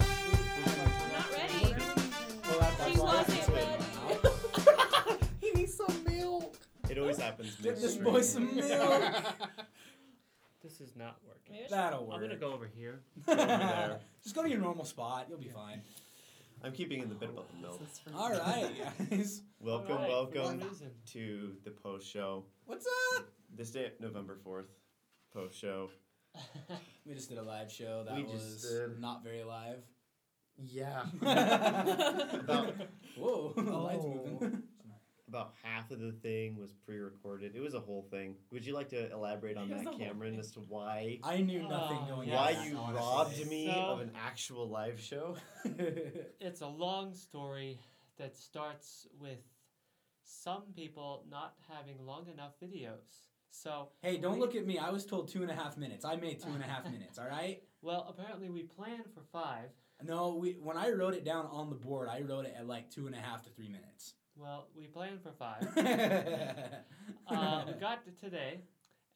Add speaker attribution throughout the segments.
Speaker 1: happens.
Speaker 2: Give this
Speaker 1: midstream.
Speaker 2: boy some milk.
Speaker 3: This is not working.
Speaker 4: Yeah.
Speaker 2: That'll work.
Speaker 3: I'm gonna go over here.
Speaker 1: there.
Speaker 2: Just go to your normal spot. You'll be fine.
Speaker 1: I'm keeping in the bit about the milk.
Speaker 5: This is for me.
Speaker 2: All right, guys.
Speaker 1: Welcome,
Speaker 3: All right, for
Speaker 1: welcome
Speaker 3: what reason?
Speaker 1: to the post show.
Speaker 2: What's up?
Speaker 1: This day, November fourth, post show.
Speaker 2: We just did a live show that
Speaker 1: We just
Speaker 2: was
Speaker 1: did.
Speaker 2: not very live.
Speaker 5: Yeah.
Speaker 1: About
Speaker 2: Whoa, the light's
Speaker 5: Oh.
Speaker 2: moving.
Speaker 1: about half of the thing was pre-recorded. It was a whole thing. Would you like to elaborate on
Speaker 4: It was
Speaker 1: that,
Speaker 4: a whole
Speaker 1: Cameron,
Speaker 4: thing.
Speaker 1: as to why
Speaker 2: I knew nothing
Speaker 3: Oh,
Speaker 2: going
Speaker 3: yes.
Speaker 1: why
Speaker 2: on.
Speaker 1: you
Speaker 5: honestly.
Speaker 1: robbed me
Speaker 3: So-
Speaker 1: of an actual live show?
Speaker 3: It's a long story that starts with some people not having long enough videos. So,
Speaker 2: hey, don't look at me. I was told two and a half minutes. I made two and a half minutes. All right.
Speaker 3: well, apparently we planned for five.
Speaker 2: No, we when I wrote it down on the board, I wrote it at like two and a half to three minutes.
Speaker 3: Well, we planned for five. uh, we
Speaker 2: um,
Speaker 3: got to today,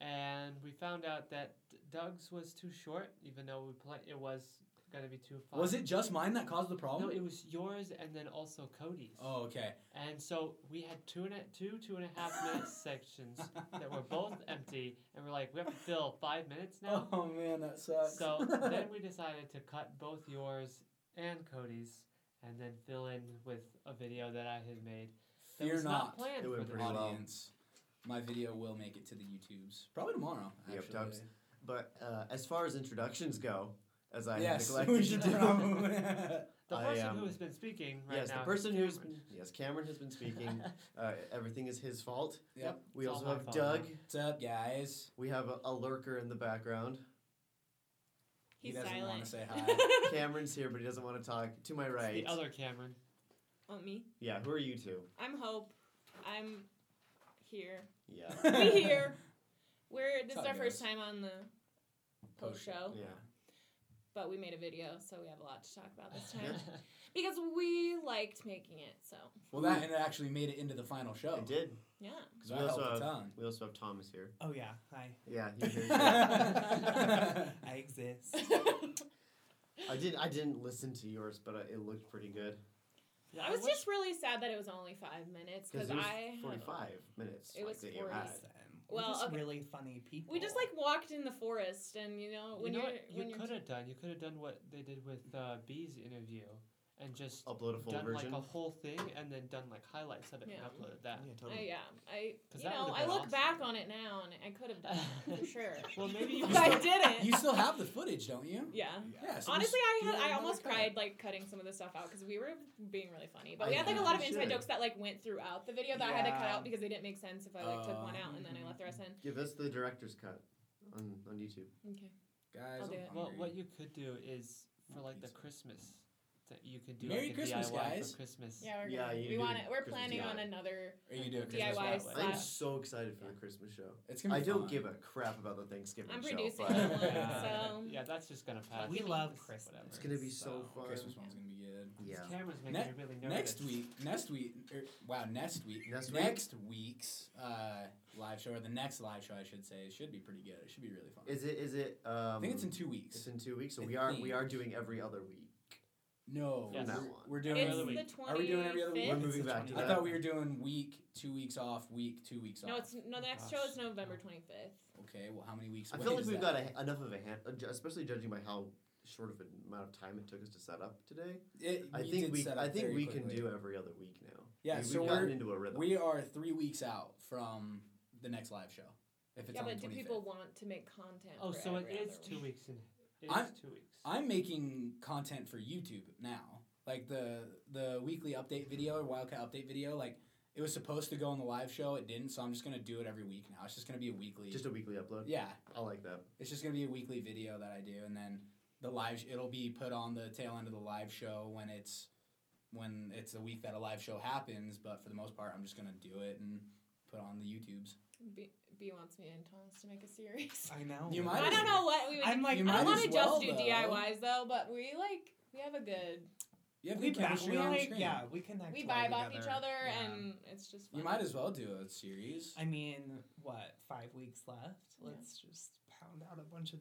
Speaker 3: and we found out that Doug's was too short, even though we pla it was gonna be too far.
Speaker 2: was it just mine that caused the problem?
Speaker 3: No, it was yours, and then also Cody's.
Speaker 2: oh, okay.
Speaker 3: And so we had two and a, two two and a half minute sections that were both empty, and we're like, we have to fill five minutes now.
Speaker 2: Oh man, that sucks.
Speaker 3: So then we decided to cut both yours and Cody's, and then fill in with a video that I had made. That
Speaker 2: fear
Speaker 3: was not,
Speaker 2: not,
Speaker 3: planned
Speaker 1: It
Speaker 3: for
Speaker 1: went
Speaker 3: the
Speaker 1: pretty well.
Speaker 2: audience. My video will make it to the YouTubes probably tomorrow.
Speaker 1: Yep,
Speaker 2: Actually.
Speaker 1: Doug's- But uh, as far as introductions go, as I
Speaker 2: yes,
Speaker 1: neglected
Speaker 2: we should
Speaker 1: to do,
Speaker 2: probably.
Speaker 3: The
Speaker 1: I,
Speaker 3: person
Speaker 1: um,
Speaker 3: who has been speaking right
Speaker 1: yes,
Speaker 3: now.
Speaker 1: the
Speaker 3: is
Speaker 1: person who's
Speaker 3: Cameron.
Speaker 1: yes, Cameron has been speaking. uh, everything is his fault.
Speaker 2: yep.
Speaker 1: We
Speaker 3: It's all
Speaker 1: also
Speaker 3: my
Speaker 1: have
Speaker 3: fault
Speaker 1: Doug.
Speaker 3: now.
Speaker 2: What's up, guys?
Speaker 1: We have a, a lurker in the background.
Speaker 2: he
Speaker 4: He's
Speaker 2: doesn't want
Speaker 4: silent.
Speaker 2: to say hi.
Speaker 1: Cameron's here, but he doesn't want to talk. To my right.
Speaker 3: The other Cameron.
Speaker 4: Oh, me.
Speaker 1: yeah, who are you two?
Speaker 4: I'm Hope. I'm here.
Speaker 1: Yeah.
Speaker 4: We here. We're
Speaker 2: That's
Speaker 4: this
Speaker 2: how
Speaker 4: is
Speaker 2: it
Speaker 4: our first
Speaker 2: goes.
Speaker 4: time on the
Speaker 3: Oh,
Speaker 4: post show,
Speaker 1: Yeah.
Speaker 4: but we made a video, so we have a lot to talk about this time because we liked making it. So
Speaker 2: well, that and it actually made it into the final show.
Speaker 1: I did.
Speaker 4: yeah,
Speaker 1: Because we,
Speaker 2: That helped
Speaker 1: also
Speaker 2: a
Speaker 1: have-
Speaker 2: ton.
Speaker 1: we also have Thomas here.
Speaker 6: Oh yeah, hi.
Speaker 1: Yeah, you're here. uh,
Speaker 6: I exist.
Speaker 1: I did. I didn't listen to yours, but I, it looked pretty good.
Speaker 3: Yeah,
Speaker 4: I was
Speaker 3: wish-
Speaker 4: just really sad that it was only five minutes
Speaker 1: Because
Speaker 4: because
Speaker 1: it was
Speaker 4: I had-
Speaker 1: forty-five minutes.
Speaker 4: It was
Speaker 1: like, that you
Speaker 4: 40.
Speaker 1: had.
Speaker 6: We're
Speaker 4: Well,
Speaker 6: just
Speaker 4: okay.
Speaker 6: really funny people.
Speaker 4: we just like walked in the forest and you know when
Speaker 3: you know
Speaker 4: are
Speaker 3: what
Speaker 4: when
Speaker 3: you
Speaker 4: you're
Speaker 3: could have done? You could have done what they did with uh, B's interview and just
Speaker 1: Upload a full
Speaker 3: done
Speaker 1: version.
Speaker 3: like a whole thing and then done like highlights of it
Speaker 4: Yeah.
Speaker 3: and uploaded that.
Speaker 1: yeah,
Speaker 4: I,
Speaker 1: totally.
Speaker 4: yeah, I
Speaker 3: 'Cause
Speaker 4: you
Speaker 3: that would've
Speaker 4: know I
Speaker 3: been
Speaker 4: look
Speaker 3: awesome.
Speaker 4: back on it now and I could have done it for sure,
Speaker 3: Well, maybe you
Speaker 4: but I didn't.
Speaker 2: You still have the footage, don't you?
Speaker 4: yeah.
Speaker 2: Yeah. so
Speaker 4: Honestly,
Speaker 2: just
Speaker 4: I
Speaker 2: do
Speaker 4: had I
Speaker 2: another
Speaker 4: almost
Speaker 2: cut.
Speaker 4: cried like cutting some of the stuff out because we were being really funny, but we
Speaker 1: I
Speaker 4: had like a
Speaker 1: know,
Speaker 4: lot of
Speaker 1: you
Speaker 4: inside
Speaker 1: should.
Speaker 4: jokes that like went throughout the video that I had to cut
Speaker 6: Yeah.
Speaker 4: out because they didn't make sense if I like took one
Speaker 2: Uh,
Speaker 4: out and then I left the rest in.
Speaker 1: Give us the director's cut on on YouTube.
Speaker 4: Okay.
Speaker 2: Guys,
Speaker 4: I'll do
Speaker 2: I'm
Speaker 4: it.
Speaker 3: Well,
Speaker 2: hungry.
Speaker 3: what you could do is for
Speaker 2: Want
Speaker 3: like the
Speaker 2: pizza.
Speaker 3: Christmas that you could do
Speaker 2: Merry
Speaker 3: like a
Speaker 2: Christmas,
Speaker 3: DIY
Speaker 2: guys.
Speaker 3: for Christmas.
Speaker 4: Yeah, we're
Speaker 1: Yeah,
Speaker 4: gonna,
Speaker 1: you
Speaker 4: we
Speaker 1: do
Speaker 4: want
Speaker 1: the
Speaker 4: to. We're
Speaker 1: Christmas
Speaker 4: planning on
Speaker 1: DIY.
Speaker 4: another.
Speaker 2: Are you doing
Speaker 3: DIY
Speaker 2: Christmas
Speaker 3: slash-
Speaker 1: I'm
Speaker 2: wrap?
Speaker 1: so excited for the Christmas show.
Speaker 2: It's gonna
Speaker 1: I
Speaker 2: be
Speaker 1: don't
Speaker 2: fun.
Speaker 1: give a crap about the Thanksgiving
Speaker 4: I'm
Speaker 1: show.
Speaker 4: producing
Speaker 1: but
Speaker 4: that one,
Speaker 3: Yeah.
Speaker 4: so
Speaker 3: Yeah, that's just gonna pass.
Speaker 6: We love
Speaker 3: It's
Speaker 6: Christmas.
Speaker 3: Uh, whatever.
Speaker 1: It's gonna be so, fun.
Speaker 2: Christmas one's gonna be good.
Speaker 1: Yeah.
Speaker 3: Cameron's making
Speaker 2: Ne-
Speaker 3: me really nervous.
Speaker 2: Next week, next week, er, wow, next week,
Speaker 1: Next week?
Speaker 2: next week's uh, live show or the next live show, I should say, should be pretty good. It should be really fun.
Speaker 1: Is it? Is it? Um,
Speaker 2: I think it's in two weeks.
Speaker 1: It's in two weeks, so
Speaker 2: I
Speaker 1: we are we
Speaker 2: think.
Speaker 1: are doing every other week.
Speaker 2: no,
Speaker 3: Yes.
Speaker 2: we're,
Speaker 1: That one.
Speaker 2: we're doing.
Speaker 3: Every other
Speaker 4: it's
Speaker 3: week.
Speaker 4: the 25th.
Speaker 2: Are we doing every other week?
Speaker 1: We're moving
Speaker 6: It's
Speaker 1: back to
Speaker 2: I
Speaker 1: that.
Speaker 2: thought we were doing week, two weeks off, week, two weeks
Speaker 4: No,
Speaker 2: off.
Speaker 4: it's no. The next
Speaker 3: Gosh.
Speaker 4: show is November 25th.
Speaker 2: okay. Well, how many weeks?
Speaker 1: I
Speaker 2: away
Speaker 1: feel like
Speaker 2: is
Speaker 1: we've
Speaker 2: that?
Speaker 1: got a, enough of a hand, uh, ju- especially judging by how short of an amount of time it took us to set up today.
Speaker 2: It,
Speaker 1: I
Speaker 2: we
Speaker 1: think
Speaker 2: did
Speaker 1: we
Speaker 2: set
Speaker 1: I
Speaker 2: up
Speaker 1: think
Speaker 2: very
Speaker 1: we can
Speaker 2: quickly.
Speaker 1: do every other week now.
Speaker 2: Yeah,
Speaker 1: We've
Speaker 2: so
Speaker 1: gotten
Speaker 2: we're-
Speaker 1: into a rhythm.
Speaker 2: We are three weeks out from the next live show. If it's
Speaker 4: Yeah,
Speaker 2: on
Speaker 4: but
Speaker 2: the
Speaker 4: do
Speaker 2: 25th.
Speaker 4: people want to make content?
Speaker 3: Oh,
Speaker 4: for
Speaker 3: so it
Speaker 4: every
Speaker 3: is
Speaker 4: other
Speaker 3: two
Speaker 4: week?
Speaker 3: weeks in. It is
Speaker 2: I'm-
Speaker 3: two weeks.
Speaker 2: I'm making content for YouTube now. Like the the weekly update video or Wildcat update video, like it was supposed to go on the live show, it didn't, so I'm just gonna do it every week now. It's just gonna be a weekly
Speaker 1: just a weekly upload.
Speaker 2: Yeah.
Speaker 1: I like that.
Speaker 2: It's just gonna be a weekly video that I do and then the live sh- it'll be put on the tail end of the live show when it's when it's the week that a live show happens, but for the most part I'm just gonna do it and put on the YouTubes.
Speaker 4: B, B wants me and Thomas to make a series.
Speaker 6: I know.
Speaker 2: You might-
Speaker 4: I don't know what we would.
Speaker 6: I'm like.
Speaker 2: You
Speaker 4: I
Speaker 2: might
Speaker 4: don't
Speaker 2: as
Speaker 4: want to
Speaker 2: well,
Speaker 4: just do
Speaker 2: though.
Speaker 4: DIYs though, but we like we have a good
Speaker 2: You have
Speaker 6: we
Speaker 2: good
Speaker 6: ba-
Speaker 2: chemistry
Speaker 6: we
Speaker 2: on
Speaker 6: like,
Speaker 2: screen.
Speaker 6: yeah, we connect.
Speaker 4: we
Speaker 6: well
Speaker 4: vibe off each
Speaker 6: together.
Speaker 4: other
Speaker 6: Yeah.
Speaker 4: and it's just fun.
Speaker 2: You might as well do a series.
Speaker 6: I mean, what? Five weeks left.
Speaker 4: Yeah.
Speaker 6: Let's just pound out a bunch of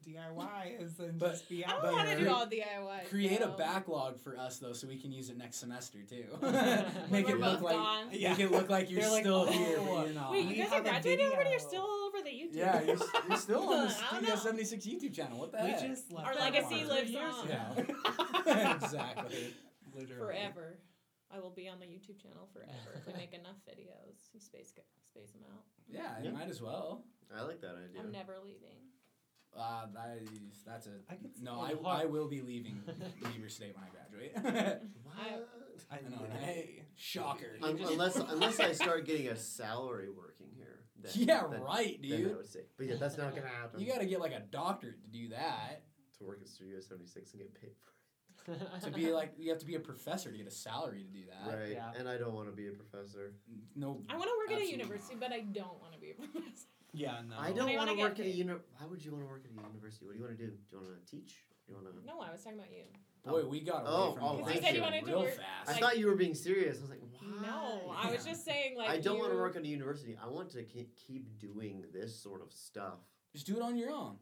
Speaker 6: DIYs and
Speaker 2: But-
Speaker 6: just be
Speaker 4: I
Speaker 6: out
Speaker 4: don't want to
Speaker 6: there.
Speaker 4: do all DIY.
Speaker 2: Create a
Speaker 4: though.
Speaker 2: backlog for us though, so we can use it next semester too.
Speaker 3: When
Speaker 2: Make
Speaker 4: we're
Speaker 2: it
Speaker 4: both
Speaker 2: look like
Speaker 4: gone.
Speaker 6: Yeah.
Speaker 2: make it look like you're
Speaker 6: They're like,
Speaker 2: still
Speaker 6: "Oh,
Speaker 2: here, but you're not.
Speaker 4: Wait, you
Speaker 6: We
Speaker 4: guys are
Speaker 6: have a
Speaker 4: graduating already?
Speaker 6: video.
Speaker 4: You're still all over the YouTube.
Speaker 2: yeah, you're, s- you're still on the,
Speaker 4: I don't
Speaker 2: the
Speaker 4: know.
Speaker 2: 76 YouTube channel. What the
Speaker 6: We
Speaker 2: heck?
Speaker 6: just left
Speaker 4: Our
Speaker 6: that
Speaker 4: legacy
Speaker 6: on.
Speaker 4: lives
Speaker 3: years
Speaker 4: on
Speaker 2: yeah, exactly.
Speaker 6: Literally.
Speaker 4: forever. I will be on the YouTube channel forever if we make enough videos. You space space them out.
Speaker 2: Yeah, you
Speaker 1: Yeah.
Speaker 2: might as well.
Speaker 1: I like that idea.
Speaker 4: I'm never leaving.
Speaker 2: Uh, that is, that's a
Speaker 6: I could
Speaker 2: no.
Speaker 3: see
Speaker 2: I,
Speaker 3: it.
Speaker 2: I will be leaving Weaver State when I graduate.
Speaker 1: What?
Speaker 6: I
Speaker 2: I know,
Speaker 6: literally-
Speaker 2: right? Shocker.
Speaker 1: Un- unless unless I start getting a salary working here. Then,
Speaker 2: yeah,
Speaker 1: then,
Speaker 2: right,
Speaker 1: Then I
Speaker 2: dude.
Speaker 1: would say, but yeah, that's not gonna happen.
Speaker 2: You gotta get like a doctorate to do that.
Speaker 1: to work at Studio 76 and get paid for
Speaker 2: To be like, you have to be a professor to get a salary to do
Speaker 1: it.
Speaker 2: that.
Speaker 1: right.
Speaker 3: yeah.
Speaker 1: And I don't want to be a professor.
Speaker 2: No.
Speaker 4: I want to work at a
Speaker 2: Absolutely
Speaker 4: university,
Speaker 2: not.
Speaker 4: but I don't want to be a professor.
Speaker 6: Yeah, no.
Speaker 1: I
Speaker 4: They
Speaker 1: don't want
Speaker 4: wanna
Speaker 1: to
Speaker 4: get
Speaker 1: work at a
Speaker 4: paid.
Speaker 1: uni. Why would you want to work at a university? What do you want to do? Do you want to teach? Do you want to?
Speaker 4: No, I was talking about you.
Speaker 2: Boy, we got away
Speaker 1: Oh,
Speaker 2: from
Speaker 1: oh,
Speaker 2: the
Speaker 1: Because you
Speaker 2: live
Speaker 1: said you
Speaker 2: show
Speaker 4: wanted to
Speaker 2: real
Speaker 4: work,
Speaker 2: fast.
Speaker 1: I
Speaker 4: like-
Speaker 1: thought you were being serious. I was like, why?
Speaker 4: No, I was just saying like
Speaker 1: I don't
Speaker 4: you,
Speaker 1: want to work at a university. I want to ke- keep doing this sort of stuff.
Speaker 2: Just do it on your own.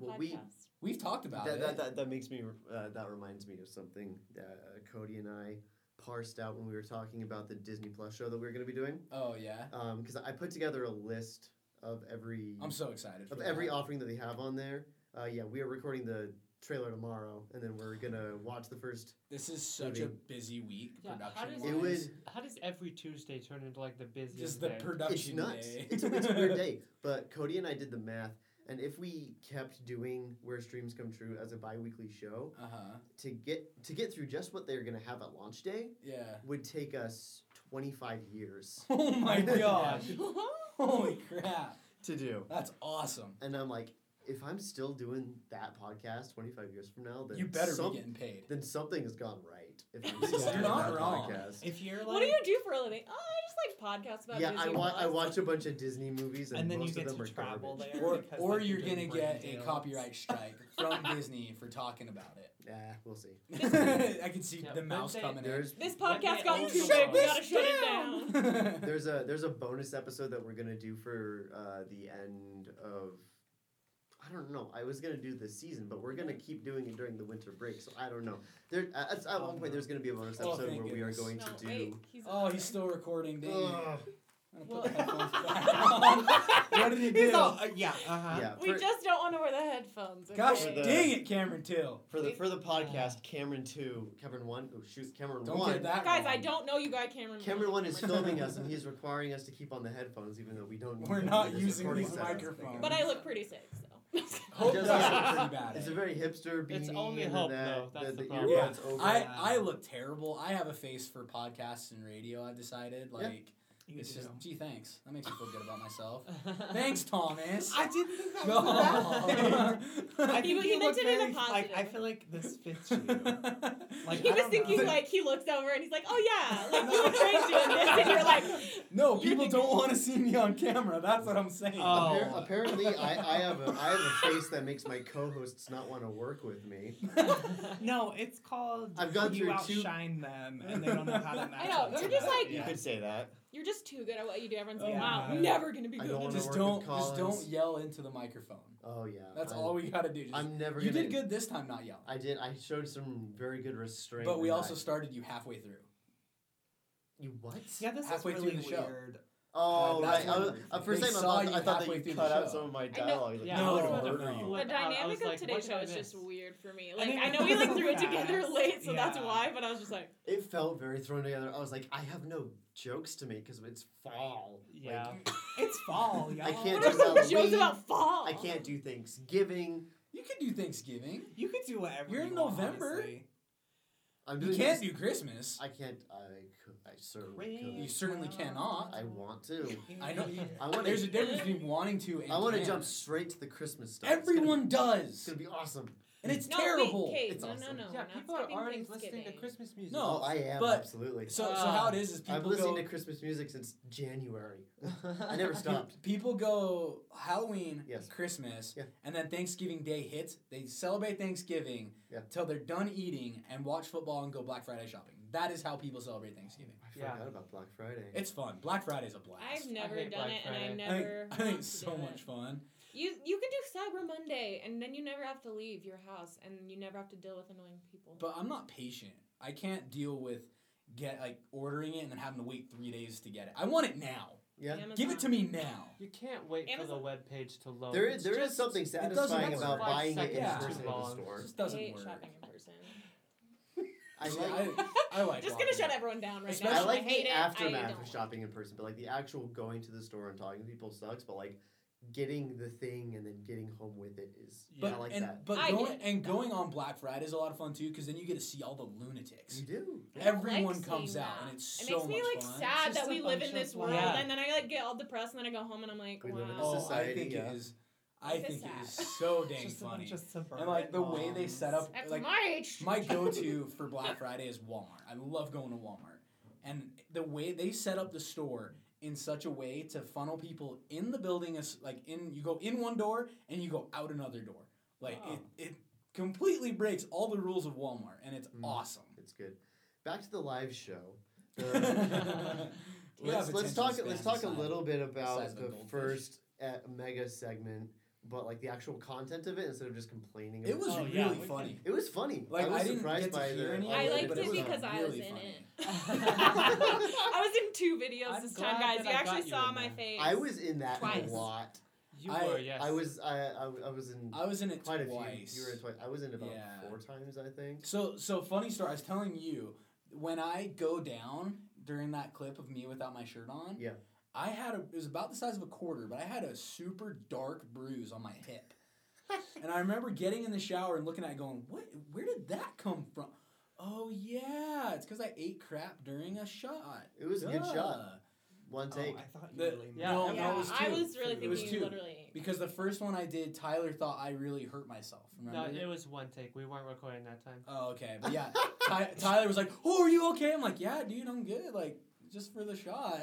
Speaker 1: Well, we
Speaker 4: podcast.
Speaker 2: We've talked about
Speaker 1: that,
Speaker 2: it.
Speaker 1: that, that, that makes me uh, that reminds me of something that uh, Cody and I parsed out when we were talking about the Disney Plus show that we were going to be doing.
Speaker 2: oh yeah.
Speaker 1: Because I put together a list of every
Speaker 2: I'm so excited.
Speaker 1: of
Speaker 2: for
Speaker 1: every
Speaker 2: that.
Speaker 1: offering that they have on there. Uh, yeah, we are recording the trailer tomorrow, and then we're gonna watch the first.
Speaker 2: This is such a busy week.
Speaker 3: Yeah, how
Speaker 2: production.
Speaker 3: does
Speaker 1: It
Speaker 2: wise.
Speaker 1: was
Speaker 3: How does every Tuesday turn into like the busiest
Speaker 2: just the
Speaker 3: day?
Speaker 1: it's
Speaker 2: production
Speaker 1: nuts.
Speaker 2: day.
Speaker 1: It's, a, it's a weird day. But Cody and I did the math, and if we kept doing Where Streams Come True as a bi-weekly show
Speaker 2: Uh huh.
Speaker 1: to get to get through just what they're gonna have at launch day
Speaker 2: Yeah.
Speaker 1: would take us 25 years
Speaker 2: Oh my gosh. Holy crap.
Speaker 1: to do.
Speaker 2: That's awesome.
Speaker 1: And I'm like, if I'm still doing that podcast 25 years from now, then
Speaker 2: You better
Speaker 1: some-
Speaker 2: be getting paid.
Speaker 1: then something has gone right. If I'm
Speaker 2: You're
Speaker 1: still doing
Speaker 2: not
Speaker 1: that
Speaker 2: wrong.
Speaker 1: podcast.
Speaker 6: If you're like,
Speaker 4: What do you do for a living? Oh, I just like podcasts about
Speaker 1: yeah, I,
Speaker 4: Disney
Speaker 1: wa- I
Speaker 4: Plus.
Speaker 1: watch a bunch of Disney movies, and,
Speaker 6: and then
Speaker 1: most
Speaker 6: you get
Speaker 1: of them
Speaker 6: to
Speaker 1: are
Speaker 6: travel
Speaker 1: garbage.
Speaker 6: there,
Speaker 2: Or,
Speaker 6: because,
Speaker 2: or
Speaker 6: like,
Speaker 2: you're
Speaker 6: doing
Speaker 2: gonna get
Speaker 6: brand
Speaker 2: a
Speaker 6: deals.
Speaker 2: copyright strike from Disney for talking about it.
Speaker 1: Yeah, we'll see.
Speaker 2: I can see
Speaker 3: Yeah,
Speaker 2: the
Speaker 3: but
Speaker 2: mouse
Speaker 3: they-
Speaker 2: coming Oh, in.
Speaker 1: There's
Speaker 4: This
Speaker 3: What
Speaker 4: podcast
Speaker 3: the
Speaker 4: got
Speaker 3: hell
Speaker 4: too
Speaker 3: is
Speaker 4: big. We
Speaker 3: this
Speaker 4: gotta oh, shut it down.
Speaker 1: there's a there's a bonus episode that we're gonna do for uh, the end of. I don't know. I was gonna do this season, but we're gonna keep doing it during the winter break. So I don't know. There at, at
Speaker 6: Oh,
Speaker 1: one point
Speaker 6: no.
Speaker 1: there's gonna be a bonus
Speaker 2: Oh,
Speaker 1: episode
Speaker 2: thank
Speaker 1: where we are
Speaker 2: goodness.
Speaker 1: going
Speaker 4: No,
Speaker 1: to
Speaker 4: wait,
Speaker 1: do.
Speaker 4: he's
Speaker 2: oh, he's
Speaker 4: not there.
Speaker 2: still recording. Dang.
Speaker 1: Ugh.
Speaker 2: I'm gonna
Speaker 3: Well-
Speaker 2: put the headphones back on. what did he do?
Speaker 6: He's all, uh, yeah, uh huh.
Speaker 1: yeah,
Speaker 4: We
Speaker 1: for,
Speaker 4: just don't want to wear the headphones.
Speaker 2: Gosh
Speaker 1: For
Speaker 4: okay?
Speaker 1: the-
Speaker 2: dang it, Cameron Till.
Speaker 1: for the
Speaker 4: we-
Speaker 1: for the podcast, Cameron two, Cameron one. Oh shoot, Cameron
Speaker 2: Don't
Speaker 1: one.
Speaker 2: get that
Speaker 4: guys,
Speaker 2: wrong.
Speaker 4: I don't know you guy Cameron.
Speaker 1: Cameron one is
Speaker 2: Cameron
Speaker 1: filming
Speaker 2: two.
Speaker 1: us, and he's requiring us to keep on the headphones, even though we don't. need
Speaker 2: We're
Speaker 1: them for
Speaker 2: not
Speaker 1: this
Speaker 2: using
Speaker 1: recording
Speaker 2: these
Speaker 1: setup.
Speaker 2: microphones.
Speaker 4: But I look pretty sick, so.
Speaker 2: Hope
Speaker 1: It does
Speaker 2: that's
Speaker 1: look
Speaker 2: pretty bad.
Speaker 1: It's a very hipster beanie.
Speaker 3: It's only
Speaker 1: and
Speaker 3: hope,
Speaker 1: that,
Speaker 3: though. That's
Speaker 1: the,
Speaker 3: the
Speaker 1: the
Speaker 3: problem.
Speaker 2: Yeah.
Speaker 1: earbuds over.
Speaker 2: I,
Speaker 6: Yeah.
Speaker 2: I look terrible. I have a face for podcasts and radio. I've decided like
Speaker 6: You
Speaker 2: it's
Speaker 6: do.
Speaker 2: just gee thanks. That makes me feel good about myself. Thanks, Thomas.
Speaker 6: I didn't think that was a
Speaker 2: No.
Speaker 6: bad thing. I
Speaker 4: He-
Speaker 6: think
Speaker 4: he
Speaker 6: you look
Speaker 4: meant it in a
Speaker 6: very- Like, I
Speaker 4: positive.
Speaker 6: feel like this fits you. Like,
Speaker 4: he
Speaker 6: I
Speaker 4: was
Speaker 6: don't
Speaker 4: thinking
Speaker 6: know.
Speaker 4: like he looks over and he's like, "Oh yeah, like you were trained doing this," and you're like,
Speaker 2: no,
Speaker 4: You're
Speaker 2: people
Speaker 4: the-
Speaker 2: don't want to see me on camera. That's what I'm saying.
Speaker 3: Oh.
Speaker 1: Appar- apparently, I, I have a I have a face that makes my co-hosts not want to work with me.
Speaker 6: No, it's called
Speaker 1: I've gone
Speaker 6: you
Speaker 1: through two-
Speaker 6: outshine them and they don't know how to match.
Speaker 4: know,
Speaker 6: up
Speaker 4: you're
Speaker 6: to
Speaker 4: just
Speaker 6: that.
Speaker 4: like-
Speaker 1: You could say that.
Speaker 4: "You're just too good at what you do." Everyone's like,
Speaker 6: Yeah.
Speaker 4: "Wow, I'm never gonna be
Speaker 1: I
Speaker 4: good."
Speaker 1: don't
Speaker 4: at
Speaker 1: wanna
Speaker 4: this."
Speaker 2: just
Speaker 1: work
Speaker 2: don't
Speaker 1: with
Speaker 2: just
Speaker 1: Collins.
Speaker 2: don't yell into the microphone.
Speaker 1: Oh yeah.
Speaker 2: That's
Speaker 1: I,
Speaker 2: all we gotta do. Just-
Speaker 1: I'm never
Speaker 2: you
Speaker 1: gonna.
Speaker 2: did good this time, not yelling.
Speaker 1: I did. I showed some very good restraint.
Speaker 2: But we
Speaker 1: and
Speaker 2: also
Speaker 1: I-
Speaker 2: started you halfway through.
Speaker 1: you what?
Speaker 6: Yeah, this
Speaker 2: halfway
Speaker 6: is
Speaker 2: through
Speaker 6: really
Speaker 2: the show.
Speaker 6: weird.
Speaker 1: Oh
Speaker 2: Yeah,
Speaker 1: right.
Speaker 2: that's
Speaker 1: I was,
Speaker 2: when
Speaker 1: uh, for a
Speaker 2: they
Speaker 1: second, I
Speaker 2: saw
Speaker 1: thought,
Speaker 2: you
Speaker 1: I thought
Speaker 2: halfway
Speaker 1: that
Speaker 2: through
Speaker 1: you
Speaker 2: the
Speaker 1: cut out
Speaker 2: show.
Speaker 1: some of my
Speaker 4: know-
Speaker 1: dialogue. Like,
Speaker 3: Yeah,
Speaker 1: I would
Speaker 3: I was
Speaker 1: murder
Speaker 2: wondering.
Speaker 1: you.
Speaker 3: What- uh,
Speaker 4: The
Speaker 3: I- I was
Speaker 4: dynamic
Speaker 3: like,
Speaker 4: of today's
Speaker 3: what
Speaker 4: show
Speaker 3: did
Speaker 4: is
Speaker 3: I
Speaker 4: just
Speaker 3: miss?
Speaker 4: weird for me.
Speaker 6: I
Speaker 4: Like
Speaker 6: think
Speaker 4: I
Speaker 6: it
Speaker 4: know we
Speaker 6: was
Speaker 4: like
Speaker 6: so
Speaker 4: threw it together
Speaker 6: fast.
Speaker 4: late, so that's
Speaker 6: Yeah.
Speaker 4: why. But I was just like,
Speaker 1: It felt very thrown together. I was like, I have no jokes to make because it's fall. Like,
Speaker 3: yeah.
Speaker 6: It's fall, y'all.
Speaker 1: I can't
Speaker 4: "What
Speaker 1: do
Speaker 4: are some jokes
Speaker 1: Halloween.
Speaker 4: about fall?"
Speaker 1: I can't do Thanksgiving.
Speaker 2: You could do Thanksgiving.
Speaker 6: You could do whatever.
Speaker 2: You're
Speaker 6: you
Speaker 2: in
Speaker 6: want,
Speaker 2: November.
Speaker 6: honestly.
Speaker 1: I'm
Speaker 2: You
Speaker 1: doing
Speaker 2: can't
Speaker 1: this-
Speaker 2: do Christmas.
Speaker 1: I can't. I could. I certainly
Speaker 6: Great.
Speaker 1: could.
Speaker 2: You certainly cannot.
Speaker 1: I want to.
Speaker 2: I know.
Speaker 1: I want
Speaker 2: There's a
Speaker 1: to.
Speaker 2: difference between wanting to and
Speaker 1: I want to
Speaker 2: can.
Speaker 1: jump straight to the Christmas stuff. It's gonna
Speaker 2: Everyone
Speaker 1: be- It's
Speaker 2: does,
Speaker 1: gonna be awesome.
Speaker 2: and it's
Speaker 4: No, wait,
Speaker 2: terrible.
Speaker 4: Kate,
Speaker 1: It's
Speaker 4: no,
Speaker 1: awesome.
Speaker 4: no, no.
Speaker 3: yeah,
Speaker 4: we're not
Speaker 3: people are
Speaker 4: skipping
Speaker 3: already listening
Speaker 4: Thanksgiving.
Speaker 3: to Christmas music.
Speaker 2: No.
Speaker 1: Oh, I am
Speaker 2: but-
Speaker 1: absolutely.
Speaker 2: So, so how it is is people
Speaker 1: I've listened
Speaker 2: go.
Speaker 1: to Christmas music since January. I never stopped.
Speaker 2: People go Halloween,
Speaker 1: Yes.
Speaker 2: Christmas,
Speaker 1: Yeah.
Speaker 2: and then Thanksgiving Day hits. They celebrate Thanksgiving
Speaker 1: Yeah.
Speaker 2: till they're done eating and watch football and go Black Friday shopping. That is how people celebrate Thanksgiving.
Speaker 1: I
Speaker 3: Yeah.
Speaker 1: forgot about Black Friday.
Speaker 2: It's fun. Black Friday's a blast.
Speaker 4: I've never
Speaker 3: hate
Speaker 4: done
Speaker 3: Black
Speaker 4: it, and I
Speaker 3: Friday.
Speaker 2: I think,
Speaker 4: never.
Speaker 2: I think
Speaker 4: want
Speaker 2: it's
Speaker 4: to
Speaker 2: so
Speaker 4: do it.
Speaker 2: much fun.
Speaker 4: You you could do Cyber Monday, and then you never have to leave your house, and you never have to deal with annoying people.
Speaker 2: But I'm not patient. I can't deal with get like ordering it and then having to wait three days to get it. I want it now.
Speaker 1: Yeah.
Speaker 2: Give it to me
Speaker 4: Uh-huh.
Speaker 2: now.
Speaker 3: You can't wait for
Speaker 4: Amazon-
Speaker 3: the web page to load.
Speaker 1: There
Speaker 3: Oh, It's
Speaker 1: is there is
Speaker 3: just-
Speaker 1: something
Speaker 2: doesn't
Speaker 1: satisfying
Speaker 2: work.
Speaker 1: about
Speaker 3: Five
Speaker 1: buying it in
Speaker 2: seconds
Speaker 1: person
Speaker 3: too
Speaker 1: at the
Speaker 3: long.
Speaker 1: store.
Speaker 2: It just doesn't
Speaker 4: I hate
Speaker 2: work.
Speaker 4: shopping in person.
Speaker 1: I
Speaker 2: See,
Speaker 1: like
Speaker 2: I, I like.
Speaker 4: Just gonna
Speaker 2: walking.
Speaker 4: shut everyone down right now.
Speaker 1: I
Speaker 2: Especially-
Speaker 1: like
Speaker 4: hate
Speaker 1: the
Speaker 4: it. I
Speaker 1: aftermath
Speaker 4: don't.
Speaker 1: of shopping in person, but like the actual going to the store and talking to people sucks. But like getting the thing and then getting home with it is
Speaker 2: But
Speaker 1: I like
Speaker 2: and
Speaker 1: that.
Speaker 2: but
Speaker 4: I
Speaker 2: going
Speaker 4: get
Speaker 2: and going on Black Friday is a lot of fun too because then you get to see all the lunatics.
Speaker 1: You do.
Speaker 4: I don't like
Speaker 2: Everyone comes
Speaker 4: seeing
Speaker 2: out
Speaker 4: that.
Speaker 2: and it's
Speaker 4: It
Speaker 2: so
Speaker 4: makes me
Speaker 2: much
Speaker 4: like
Speaker 2: fun.
Speaker 4: sad
Speaker 6: It's
Speaker 4: that
Speaker 6: just
Speaker 4: we
Speaker 6: a
Speaker 4: live
Speaker 6: bunch
Speaker 4: in this
Speaker 6: of,
Speaker 4: world,
Speaker 3: like-
Speaker 4: and then I like get all depressed, and then I go home and I'm like,
Speaker 1: We
Speaker 4: wow.
Speaker 1: live in this
Speaker 2: Oh, I
Speaker 1: society,
Speaker 2: think
Speaker 1: yeah.
Speaker 2: it is. I
Speaker 4: It's
Speaker 2: think it
Speaker 4: sad.
Speaker 2: is so
Speaker 6: It's
Speaker 2: dang
Speaker 6: just a
Speaker 2: funny.
Speaker 6: bunch of
Speaker 2: And like the way they
Speaker 6: suburban
Speaker 2: set up,
Speaker 4: That's
Speaker 2: like
Speaker 4: my age.
Speaker 2: my go-to for Black Friday is Walmart. I love going to Walmart, and the way they set up the store in such a way to funnel people in the building is like in you go in one door and you go out another door. Like
Speaker 3: Wow.
Speaker 2: it, it completely breaks all the rules of Walmart, and it's
Speaker 1: Mm.
Speaker 2: awesome.
Speaker 1: It's good. Back to the live show. The-
Speaker 2: We have
Speaker 1: let's let's
Speaker 2: attention
Speaker 1: talk
Speaker 2: spans
Speaker 1: let's talk a
Speaker 2: aside.
Speaker 1: little bit
Speaker 2: size
Speaker 1: about
Speaker 2: of a
Speaker 1: the
Speaker 2: goldfish.
Speaker 1: first uh, mega segment, but like the actual content of it instead of just complaining.
Speaker 2: It
Speaker 1: about
Speaker 2: was
Speaker 3: Oh,
Speaker 2: really
Speaker 3: yeah, we can-
Speaker 2: funny.
Speaker 1: It was funny.
Speaker 2: Like
Speaker 1: I
Speaker 2: I,
Speaker 1: was
Speaker 2: didn't
Speaker 1: surprised
Speaker 2: get to
Speaker 1: by
Speaker 2: hear
Speaker 1: the.
Speaker 2: any.
Speaker 1: all
Speaker 4: I
Speaker 1: of
Speaker 2: of
Speaker 4: liked
Speaker 2: but
Speaker 1: but
Speaker 4: it
Speaker 2: was um,
Speaker 4: because I was
Speaker 2: really
Speaker 4: in
Speaker 2: funny.
Speaker 4: it. I was in two videos
Speaker 3: I'm
Speaker 4: this time,
Speaker 3: glad
Speaker 4: guys.
Speaker 3: that
Speaker 4: You
Speaker 3: I
Speaker 4: actually
Speaker 3: got you
Speaker 4: saw
Speaker 3: in
Speaker 4: my
Speaker 3: there.
Speaker 4: face.
Speaker 1: I was in that
Speaker 4: Twice.
Speaker 1: a lot.
Speaker 3: You
Speaker 2: I-
Speaker 3: were yes.
Speaker 1: I was I, I I was in
Speaker 2: I was in it
Speaker 1: quite
Speaker 2: twice.
Speaker 1: a few. You were in twice. I was in about
Speaker 2: Yeah.
Speaker 1: four times, I think.
Speaker 2: So so funny story. I was telling you when I go down during that clip of me without my shirt on.
Speaker 1: Yeah.
Speaker 2: I had a it was about the size of a quarter, but I had a super dark bruise on my hip. and I remember getting in the shower and looking at it going, "What? Where did that come from?" Oh yeah, it's because I ate crap during a shot.
Speaker 1: It was a good
Speaker 2: Duh.
Speaker 1: shot. One
Speaker 6: Oh,
Speaker 1: take.
Speaker 6: I thought you
Speaker 2: The-
Speaker 6: really
Speaker 3: Yeah,
Speaker 2: no,
Speaker 6: meant-
Speaker 2: no,
Speaker 4: yeah,
Speaker 2: it was two.
Speaker 4: Oh, I was really
Speaker 2: It was
Speaker 4: thinking
Speaker 2: two.
Speaker 4: you literally.
Speaker 2: Because the first one I did, Tyler thought I really hurt myself.
Speaker 3: no,
Speaker 2: Remember?
Speaker 3: it was one take. We weren't recording that time.
Speaker 2: Oh, okay. But yeah, Ty- Tyler was like, "Oh, are you okay?" I'm like, "Yeah, dude, I'm good." Like, just for the shot.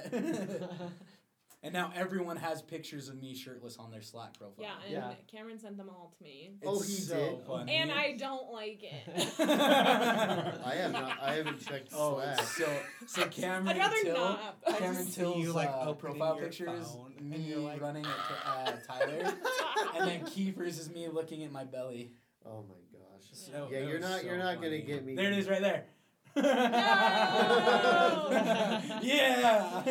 Speaker 2: and now everyone has pictures of me shirtless on their Slack profile.
Speaker 4: Yeah, and
Speaker 3: Yeah.
Speaker 4: Cameron sent them all to me.
Speaker 2: It's
Speaker 1: Oh, he
Speaker 2: so
Speaker 1: did?
Speaker 2: funny.
Speaker 4: And I don't like it.
Speaker 1: I have not. I haven't checked
Speaker 2: Oh,
Speaker 1: Slack.
Speaker 2: it's so so Cameron
Speaker 4: I'd rather
Speaker 2: Till,
Speaker 4: not.
Speaker 6: I
Speaker 2: Cameron
Speaker 6: just see
Speaker 2: Till's
Speaker 6: you, like,
Speaker 2: uh,
Speaker 6: opening
Speaker 2: profile
Speaker 6: your
Speaker 2: pictures,
Speaker 6: phone, and
Speaker 2: me
Speaker 6: you're like-
Speaker 2: running at uh, Tyler, and then Kiefer's is me looking at my belly.
Speaker 1: Oh my gosh.
Speaker 2: So
Speaker 1: Yeah,
Speaker 2: it
Speaker 1: you're
Speaker 2: was
Speaker 1: not-
Speaker 2: so
Speaker 1: you're not gonna
Speaker 2: funny.
Speaker 1: get me.
Speaker 2: There it is, right there.
Speaker 4: No!
Speaker 2: yeah.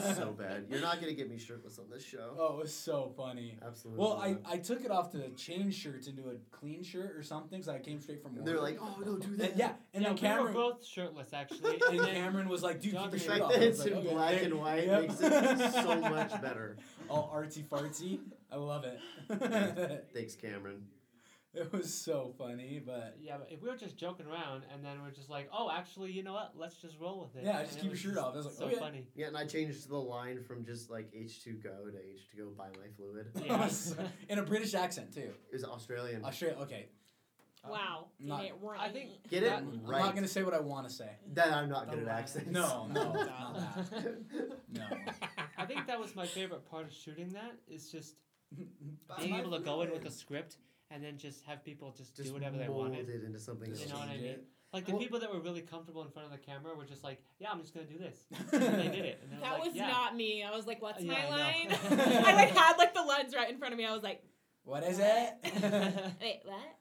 Speaker 1: so bad. You're not gonna get me shirtless on this show.
Speaker 2: Oh, it was so funny.
Speaker 1: Absolutely.
Speaker 2: Well, I,
Speaker 1: not.
Speaker 2: I took it off to change shirts into a clean shirt or something because I came straight from
Speaker 1: And
Speaker 2: work.
Speaker 1: they're like, oh no, do
Speaker 2: And-
Speaker 1: that.
Speaker 2: yeah, and then
Speaker 3: yeah, we were
Speaker 2: Cameron
Speaker 3: both shirtless actually.
Speaker 2: and
Speaker 3: And then
Speaker 2: Cameron was like, dude, keep
Speaker 3: Dog
Speaker 2: your
Speaker 1: The
Speaker 3: shit
Speaker 2: shirt
Speaker 1: fact
Speaker 2: off.
Speaker 1: that
Speaker 2: I was
Speaker 1: it's
Speaker 2: like,
Speaker 1: in
Speaker 2: "Okay,
Speaker 1: black
Speaker 2: there-
Speaker 1: and white
Speaker 2: yep."
Speaker 1: makes it so much better.
Speaker 2: All artsy fartsy. I love it.
Speaker 1: Thanks, Cameron.
Speaker 2: it was so funny, but
Speaker 3: yeah, but if we were just joking around and then we're just like, oh, actually, you know what? Let's just roll with it.
Speaker 2: Yeah,
Speaker 3: And
Speaker 2: just
Speaker 3: it
Speaker 2: keep your
Speaker 3: was
Speaker 2: shirt off. I was like,
Speaker 3: so
Speaker 2: okay.
Speaker 3: funny.
Speaker 1: Yeah, and I changed the line from just like H2Go to H2Go by my fluid.
Speaker 3: Yeah.
Speaker 2: in a British accent too.
Speaker 1: It was Australian.
Speaker 2: Australia. Okay,
Speaker 4: wow.
Speaker 2: Not-
Speaker 4: Get it right.
Speaker 3: I think
Speaker 1: Get it
Speaker 3: that-
Speaker 2: I'm
Speaker 1: Right.
Speaker 2: not gonna say what I want to say.
Speaker 1: That I'm not
Speaker 6: The
Speaker 1: good at
Speaker 6: line.
Speaker 1: accents.
Speaker 2: No, no,
Speaker 6: Stop.
Speaker 2: not that. No.
Speaker 3: I think that was my favorite part of shooting that is just being able to go in with a script and then just have people just,
Speaker 1: Just
Speaker 3: do whatever they
Speaker 1: mold
Speaker 3: wanted.
Speaker 1: it into something
Speaker 2: Just
Speaker 1: else.
Speaker 3: You know what I
Speaker 2: change
Speaker 3: mean?
Speaker 2: it.
Speaker 3: Like the
Speaker 2: Well-
Speaker 3: people that were really comfortable in front of the camera were just like, yeah, I'm just gonna do this. And they did it. And they were
Speaker 4: that
Speaker 3: like,
Speaker 4: was
Speaker 3: yeah.
Speaker 4: not me. I was like, what's
Speaker 3: Yeah,
Speaker 4: my
Speaker 3: I
Speaker 4: line?
Speaker 3: know.
Speaker 4: I like had like the lens right in front of me. I was like,
Speaker 2: What is it?
Speaker 4: wait, what?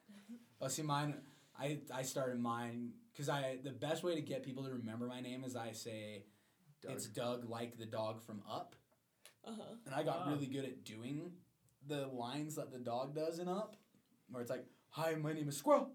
Speaker 2: Oh, see, mine. I I started mine because I the best way to get people to remember my name is I say
Speaker 1: Doug.
Speaker 2: it's Doug like the dog from Up,
Speaker 4: Uh-huh.
Speaker 2: and I got
Speaker 3: Oh.
Speaker 2: really good at doing the lines that the dog does in Up, where it's like, "Hi, my name is Squirrel,"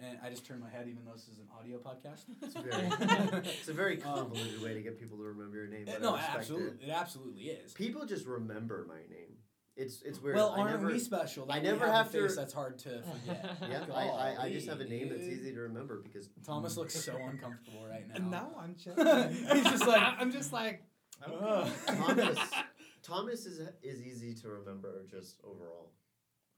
Speaker 2: and I just turned my head even though this is an audio podcast.
Speaker 1: It's very, it's a very convoluted way to get people to remember your name. But
Speaker 2: Um, Eh, no,
Speaker 1: I respect
Speaker 2: absolutely, it. absolutely is.
Speaker 1: It. People just remember my name. It's it's weird.
Speaker 2: Well,
Speaker 1: I
Speaker 2: aren't
Speaker 1: never,
Speaker 2: we special? that
Speaker 1: I
Speaker 2: we
Speaker 1: never
Speaker 2: have,
Speaker 1: have
Speaker 2: a
Speaker 1: to-
Speaker 2: face that's hard to forget.
Speaker 1: Yeah, I, I, I just have a name that's
Speaker 2: Golly,
Speaker 1: easy to remember because
Speaker 2: Thomas looks so uncomfortable right now.
Speaker 6: And now I'm just.
Speaker 2: He's just like-
Speaker 6: I'm just like.
Speaker 2: Ugh.
Speaker 1: Thomas Thomas is is easy to remember just overall.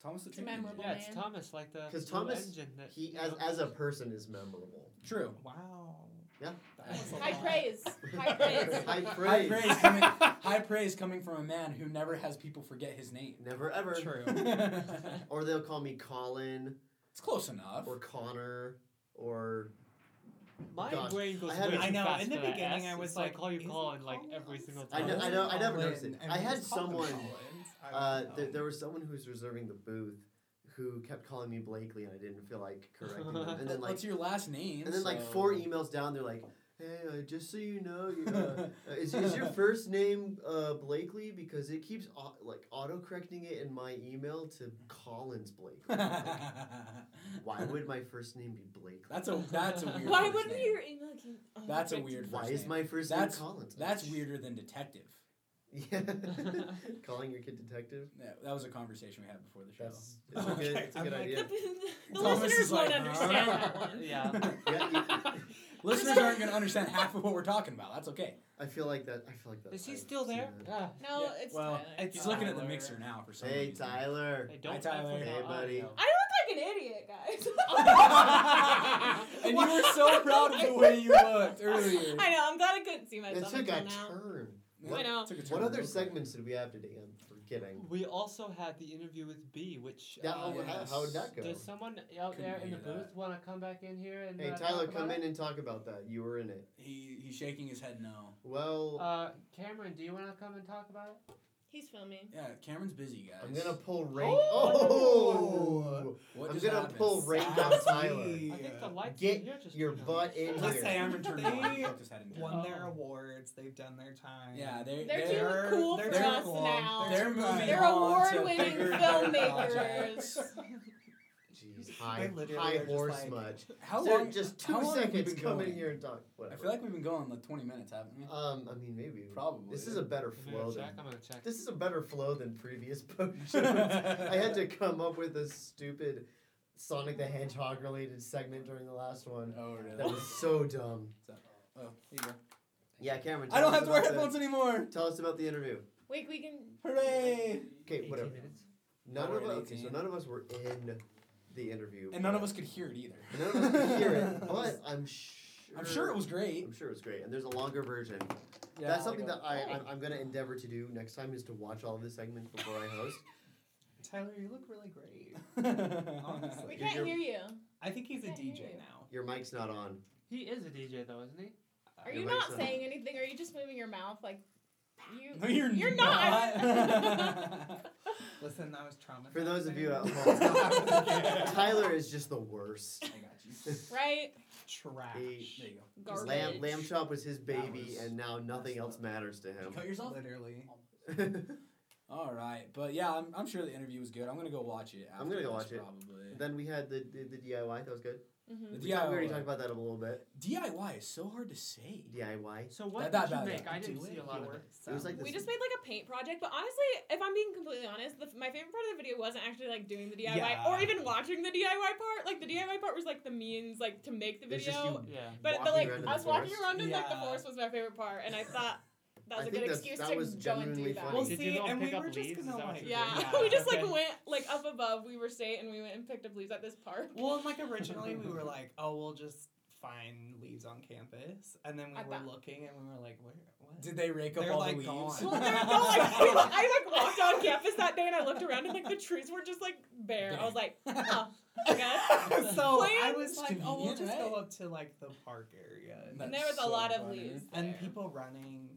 Speaker 2: Thomas the
Speaker 4: It's a
Speaker 2: Train
Speaker 4: memorable
Speaker 3: Yeah, it's
Speaker 4: man.
Speaker 3: Thomas, like the
Speaker 1: 'Cause
Speaker 3: blue
Speaker 1: Thomas,
Speaker 3: engine that
Speaker 1: He
Speaker 3: Uh, you
Speaker 1: as
Speaker 3: know.
Speaker 1: as a person is memorable.
Speaker 2: True.
Speaker 6: Wow.
Speaker 1: Yeah.
Speaker 2: That was a
Speaker 4: High
Speaker 2: lot.
Speaker 4: praise. High praise.
Speaker 1: High
Speaker 2: High
Speaker 1: praise.
Speaker 2: praise, coming, high praise coming from a man who never has people forget his name.
Speaker 1: Never ever.
Speaker 6: True.
Speaker 2: it's
Speaker 1: Or they'll call me Colin
Speaker 2: close enough.
Speaker 1: or Connor or
Speaker 3: My
Speaker 1: Gosh,
Speaker 3: brain goes
Speaker 1: I
Speaker 3: way
Speaker 1: had-
Speaker 3: too
Speaker 1: I
Speaker 6: know,
Speaker 3: fast
Speaker 6: in the
Speaker 3: for that
Speaker 6: beginning I
Speaker 3: S.
Speaker 6: was
Speaker 3: It's like,
Speaker 6: like,
Speaker 3: call you
Speaker 6: is it
Speaker 3: Colin like
Speaker 6: Colin?
Speaker 3: every single
Speaker 1: I
Speaker 3: time.
Speaker 1: know- I know- I never
Speaker 6: Colin,
Speaker 1: noticed it.
Speaker 6: and
Speaker 1: I
Speaker 6: we
Speaker 1: had
Speaker 6: just call them
Speaker 1: someone-
Speaker 6: Collins. I
Speaker 1: Uh, there, there was someone who was reserving the booth who kept calling me Blakely, and I didn't feel like correcting them. And then like,
Speaker 2: What's your last name?
Speaker 1: and then like four
Speaker 2: so-
Speaker 1: emails down, they're like, "Hey, uh, just so you know, you, uh, uh, is, is your first name uh, Blakely? Because it keeps au- like auto correcting it in my email to Collins Blakely. Like, why would my first name be Blakely?
Speaker 2: That's a that's a weird.
Speaker 4: Why
Speaker 2: first
Speaker 4: wouldn't
Speaker 2: name.
Speaker 4: your email keep? Oh,
Speaker 2: That's a
Speaker 4: correct.
Speaker 2: weird
Speaker 1: Why
Speaker 2: first
Speaker 1: is
Speaker 2: name.
Speaker 1: my first
Speaker 2: That's-
Speaker 1: name Collins?
Speaker 2: That's weirder than detective.
Speaker 1: Yeah, calling your kid detective.
Speaker 2: Yeah, that was a conversation we had before the show.
Speaker 1: That's it's a good,
Speaker 6: Okay,
Speaker 1: it's a good
Speaker 6: I'm like,
Speaker 1: idea.
Speaker 4: The, the
Speaker 2: Thomas
Speaker 4: listeners
Speaker 2: is like,
Speaker 4: won't understand
Speaker 2: huh?
Speaker 4: that one.
Speaker 3: Yeah.
Speaker 1: Yeah, you-
Speaker 2: Listeners aren't going to understand half of what we're talking about. That's okay.
Speaker 1: I feel like that. I feel like that.
Speaker 3: Is he
Speaker 1: I've
Speaker 3: still
Speaker 1: seen
Speaker 3: there?
Speaker 1: that.
Speaker 3: Ah.
Speaker 4: No,
Speaker 2: Yeah,
Speaker 4: it's
Speaker 2: well,
Speaker 4: Tyler.
Speaker 6: it's
Speaker 2: He's looking at the
Speaker 6: Tyler.
Speaker 2: mixer now for some
Speaker 1: Hey,
Speaker 2: reason.
Speaker 1: Tyler.
Speaker 3: Hey, don't mess
Speaker 2: Tyler.
Speaker 3: with
Speaker 1: Hey,
Speaker 3: the
Speaker 1: buddy.
Speaker 3: audio.
Speaker 4: I look like an idiot, guys.
Speaker 2: and you were so proud of the way you looked earlier.
Speaker 4: I know. I'm glad I couldn't see
Speaker 1: It
Speaker 4: myself
Speaker 1: took a
Speaker 4: until now.
Speaker 1: turn.
Speaker 4: I know.
Speaker 2: Took a turn
Speaker 1: What other
Speaker 2: real
Speaker 1: segments did we have today? I'm forgetting.
Speaker 3: We also had the interview with B, which
Speaker 1: That,
Speaker 3: uh,
Speaker 1: how, how, how would that go?
Speaker 3: does someone out
Speaker 2: Couldn't
Speaker 3: there in the
Speaker 2: hear that.
Speaker 3: booth want to come back in here and
Speaker 1: Hey,
Speaker 3: uh,
Speaker 1: Tyler,
Speaker 3: talk
Speaker 1: come
Speaker 3: about
Speaker 1: in
Speaker 3: it?
Speaker 1: and talk about that. You were in it.
Speaker 2: quick. He he's shaking his head no.
Speaker 1: Well,
Speaker 3: Uh, Cameron, do you want to come and talk about it?
Speaker 4: He's filming.
Speaker 2: Yeah, Cameron's busy, guys.
Speaker 1: I'm gonna pull rain. Oh,
Speaker 6: Oh!
Speaker 2: What
Speaker 1: I'm
Speaker 2: just
Speaker 1: gonna
Speaker 2: happened?
Speaker 1: pull Ray down Tyler.
Speaker 3: I think the lights
Speaker 1: Get
Speaker 3: in here just
Speaker 1: your
Speaker 3: went out.
Speaker 1: butt in
Speaker 6: Let's
Speaker 1: here.
Speaker 6: say I'm
Speaker 2: Turn
Speaker 6: returned.
Speaker 2: it on.
Speaker 6: They
Speaker 2: He just had it turned
Speaker 6: won
Speaker 2: on.
Speaker 6: their awards. They've done their time.
Speaker 2: Yeah, they
Speaker 4: They're
Speaker 2: they're
Speaker 4: too cool for
Speaker 2: they're
Speaker 4: us
Speaker 6: cool.
Speaker 4: now.
Speaker 2: They're
Speaker 6: They're
Speaker 2: moving
Speaker 4: They're
Speaker 2: on to
Speaker 4: award-winning
Speaker 2: bigger, better
Speaker 4: filmmakers.
Speaker 2: projects.
Speaker 1: Jeez, high,
Speaker 6: literally
Speaker 1: high
Speaker 6: are just
Speaker 1: horse
Speaker 6: like-
Speaker 1: much.
Speaker 2: How
Speaker 1: Sir,
Speaker 2: long?
Speaker 1: just
Speaker 2: how
Speaker 1: two
Speaker 2: long have we
Speaker 1: seconds.
Speaker 2: been
Speaker 1: Come in
Speaker 2: going?
Speaker 1: here and talk.
Speaker 2: I
Speaker 1: Whatever.
Speaker 2: feel like we've been going like 20 minutes, haven't we?
Speaker 1: um, I mean, maybe.
Speaker 2: Probably.
Speaker 1: This is a better
Speaker 3: I'm gonna
Speaker 1: flow than
Speaker 3: check. I'm gonna check.
Speaker 1: This is a better flow than previous boat shows. I had to come up with a stupid Sonic the Hedgehog related segment during the last one.
Speaker 2: Oh, really?
Speaker 1: That was so dumb.
Speaker 2: oh, here you go.
Speaker 1: Yeah, Cameron.
Speaker 2: I
Speaker 1: tell
Speaker 2: don't
Speaker 1: us
Speaker 2: have to wear
Speaker 1: about the-
Speaker 2: headphones anymore.
Speaker 1: Tell us about the interview.
Speaker 4: Wait, we can.
Speaker 2: Hooray!
Speaker 1: Okay,
Speaker 3: 18
Speaker 1: whatever.
Speaker 3: minutes.
Speaker 1: None
Speaker 2: Hour
Speaker 1: of
Speaker 2: and
Speaker 1: us. Okay, so
Speaker 2: 18.
Speaker 1: none of us were in the interview.
Speaker 2: And none of us could hear it either.
Speaker 1: And None of us could hear it, but I'm sure.
Speaker 2: I'm sure it was great.
Speaker 1: I'm sure it was great, and there's a longer version.
Speaker 2: Yeah,
Speaker 1: That's something
Speaker 2: like
Speaker 1: that I, I'm, I'm going to endeavor to do next time is to watch all of the segments before I host.
Speaker 6: Tyler, you look really great.
Speaker 2: a-
Speaker 4: We
Speaker 6: Honestly.
Speaker 1: You're-
Speaker 4: can't hear
Speaker 1: you're-
Speaker 4: you.
Speaker 6: I think he's a
Speaker 4: Can't hear
Speaker 6: DJ
Speaker 4: you.
Speaker 6: now.
Speaker 1: Your mic's not on.
Speaker 3: He is a DJ though, isn't he?
Speaker 4: Are
Speaker 1: Your
Speaker 4: you
Speaker 1: mic's
Speaker 4: not
Speaker 1: on.
Speaker 4: saying anything? Are you just moving your mouth like? You.
Speaker 2: No, you're,
Speaker 4: You're not.
Speaker 6: Listen, I was traumatized.
Speaker 1: For those of you at
Speaker 2: home.
Speaker 1: Tyler is just the worst.
Speaker 2: I got you.
Speaker 4: right.
Speaker 6: Trash.
Speaker 2: There you go.
Speaker 4: Garbage.
Speaker 1: Lamb, lamb chop was his
Speaker 2: That
Speaker 1: baby,
Speaker 2: was-
Speaker 1: and now nothing
Speaker 2: that's
Speaker 1: else
Speaker 2: the-
Speaker 1: matters to
Speaker 2: Did you
Speaker 1: him.
Speaker 2: cut yourself?
Speaker 6: Literally.
Speaker 2: All right, but yeah, I'm, I'm sure the interview was good. I'm gonna go watch it.
Speaker 1: I'm gonna go
Speaker 2: after this,
Speaker 1: watch
Speaker 2: probably.
Speaker 1: then we had the, the the DIY. That was good.
Speaker 4: Mm-hmm.
Speaker 2: The
Speaker 1: We, talked- we already
Speaker 2: DIY.
Speaker 1: talked about that a little bit.
Speaker 2: DIY is so hard to say.
Speaker 1: DIY.
Speaker 3: So what
Speaker 2: that- that-
Speaker 3: did you
Speaker 2: that-
Speaker 3: make? I
Speaker 2: do
Speaker 3: didn't see
Speaker 2: it,
Speaker 3: a lot of
Speaker 2: your-
Speaker 3: it.
Speaker 1: It was like this.
Speaker 4: We just made like a paint project, but honestly, if I'm being completely honest, the, my favorite part of the video wasn't actually like doing the DIY
Speaker 6: Yeah.
Speaker 4: or even watching the DIY part. Like the DIY part was like the means like to make the
Speaker 1: It's just
Speaker 4: video.
Speaker 1: you-
Speaker 3: Yeah.
Speaker 4: But
Speaker 1: walking
Speaker 4: but like
Speaker 1: around in
Speaker 4: I
Speaker 1: the
Speaker 4: was walking
Speaker 1: forest.
Speaker 4: around in like the
Speaker 6: Yeah.
Speaker 4: forest was my favorite part, and I thought that was
Speaker 1: I
Speaker 4: a
Speaker 1: think
Speaker 4: good
Speaker 1: that's-
Speaker 4: excuse
Speaker 1: that
Speaker 4: to
Speaker 1: was
Speaker 4: go and
Speaker 1: genuinely
Speaker 4: do that.
Speaker 1: funny.
Speaker 6: Well,
Speaker 1: Did
Speaker 3: you
Speaker 6: see,
Speaker 3: go and
Speaker 6: and we
Speaker 3: pick up
Speaker 6: were just
Speaker 3: leaves? Is
Speaker 6: gonna
Speaker 3: that what
Speaker 6: like,
Speaker 3: you
Speaker 4: Yeah,
Speaker 3: Yeah,
Speaker 4: we just
Speaker 6: okay.
Speaker 4: like went like up above Weaver State and we went and picked up leaves at this park.
Speaker 6: Well, and, like originally we were like, oh, we'll just find leaves on campus, and then we
Speaker 4: I
Speaker 6: were
Speaker 4: thought-
Speaker 6: looking, and we were like, where? What?
Speaker 2: Did they rake up
Speaker 6: They're,
Speaker 2: all
Speaker 6: like,
Speaker 2: the leaves?
Speaker 6: gone.
Speaker 4: Well, there, no, like, we, like, I like walked on campus that day and I looked around and like the trees were just like bare. I was like, oh, okay.
Speaker 6: so I
Speaker 4: Plants.
Speaker 6: was like, oh, we'll
Speaker 2: Convenient,
Speaker 6: just
Speaker 2: right?
Speaker 6: go up to like the park area, and,
Speaker 4: And there was a lot of leaves.
Speaker 6: and
Speaker 4: there.
Speaker 6: people running.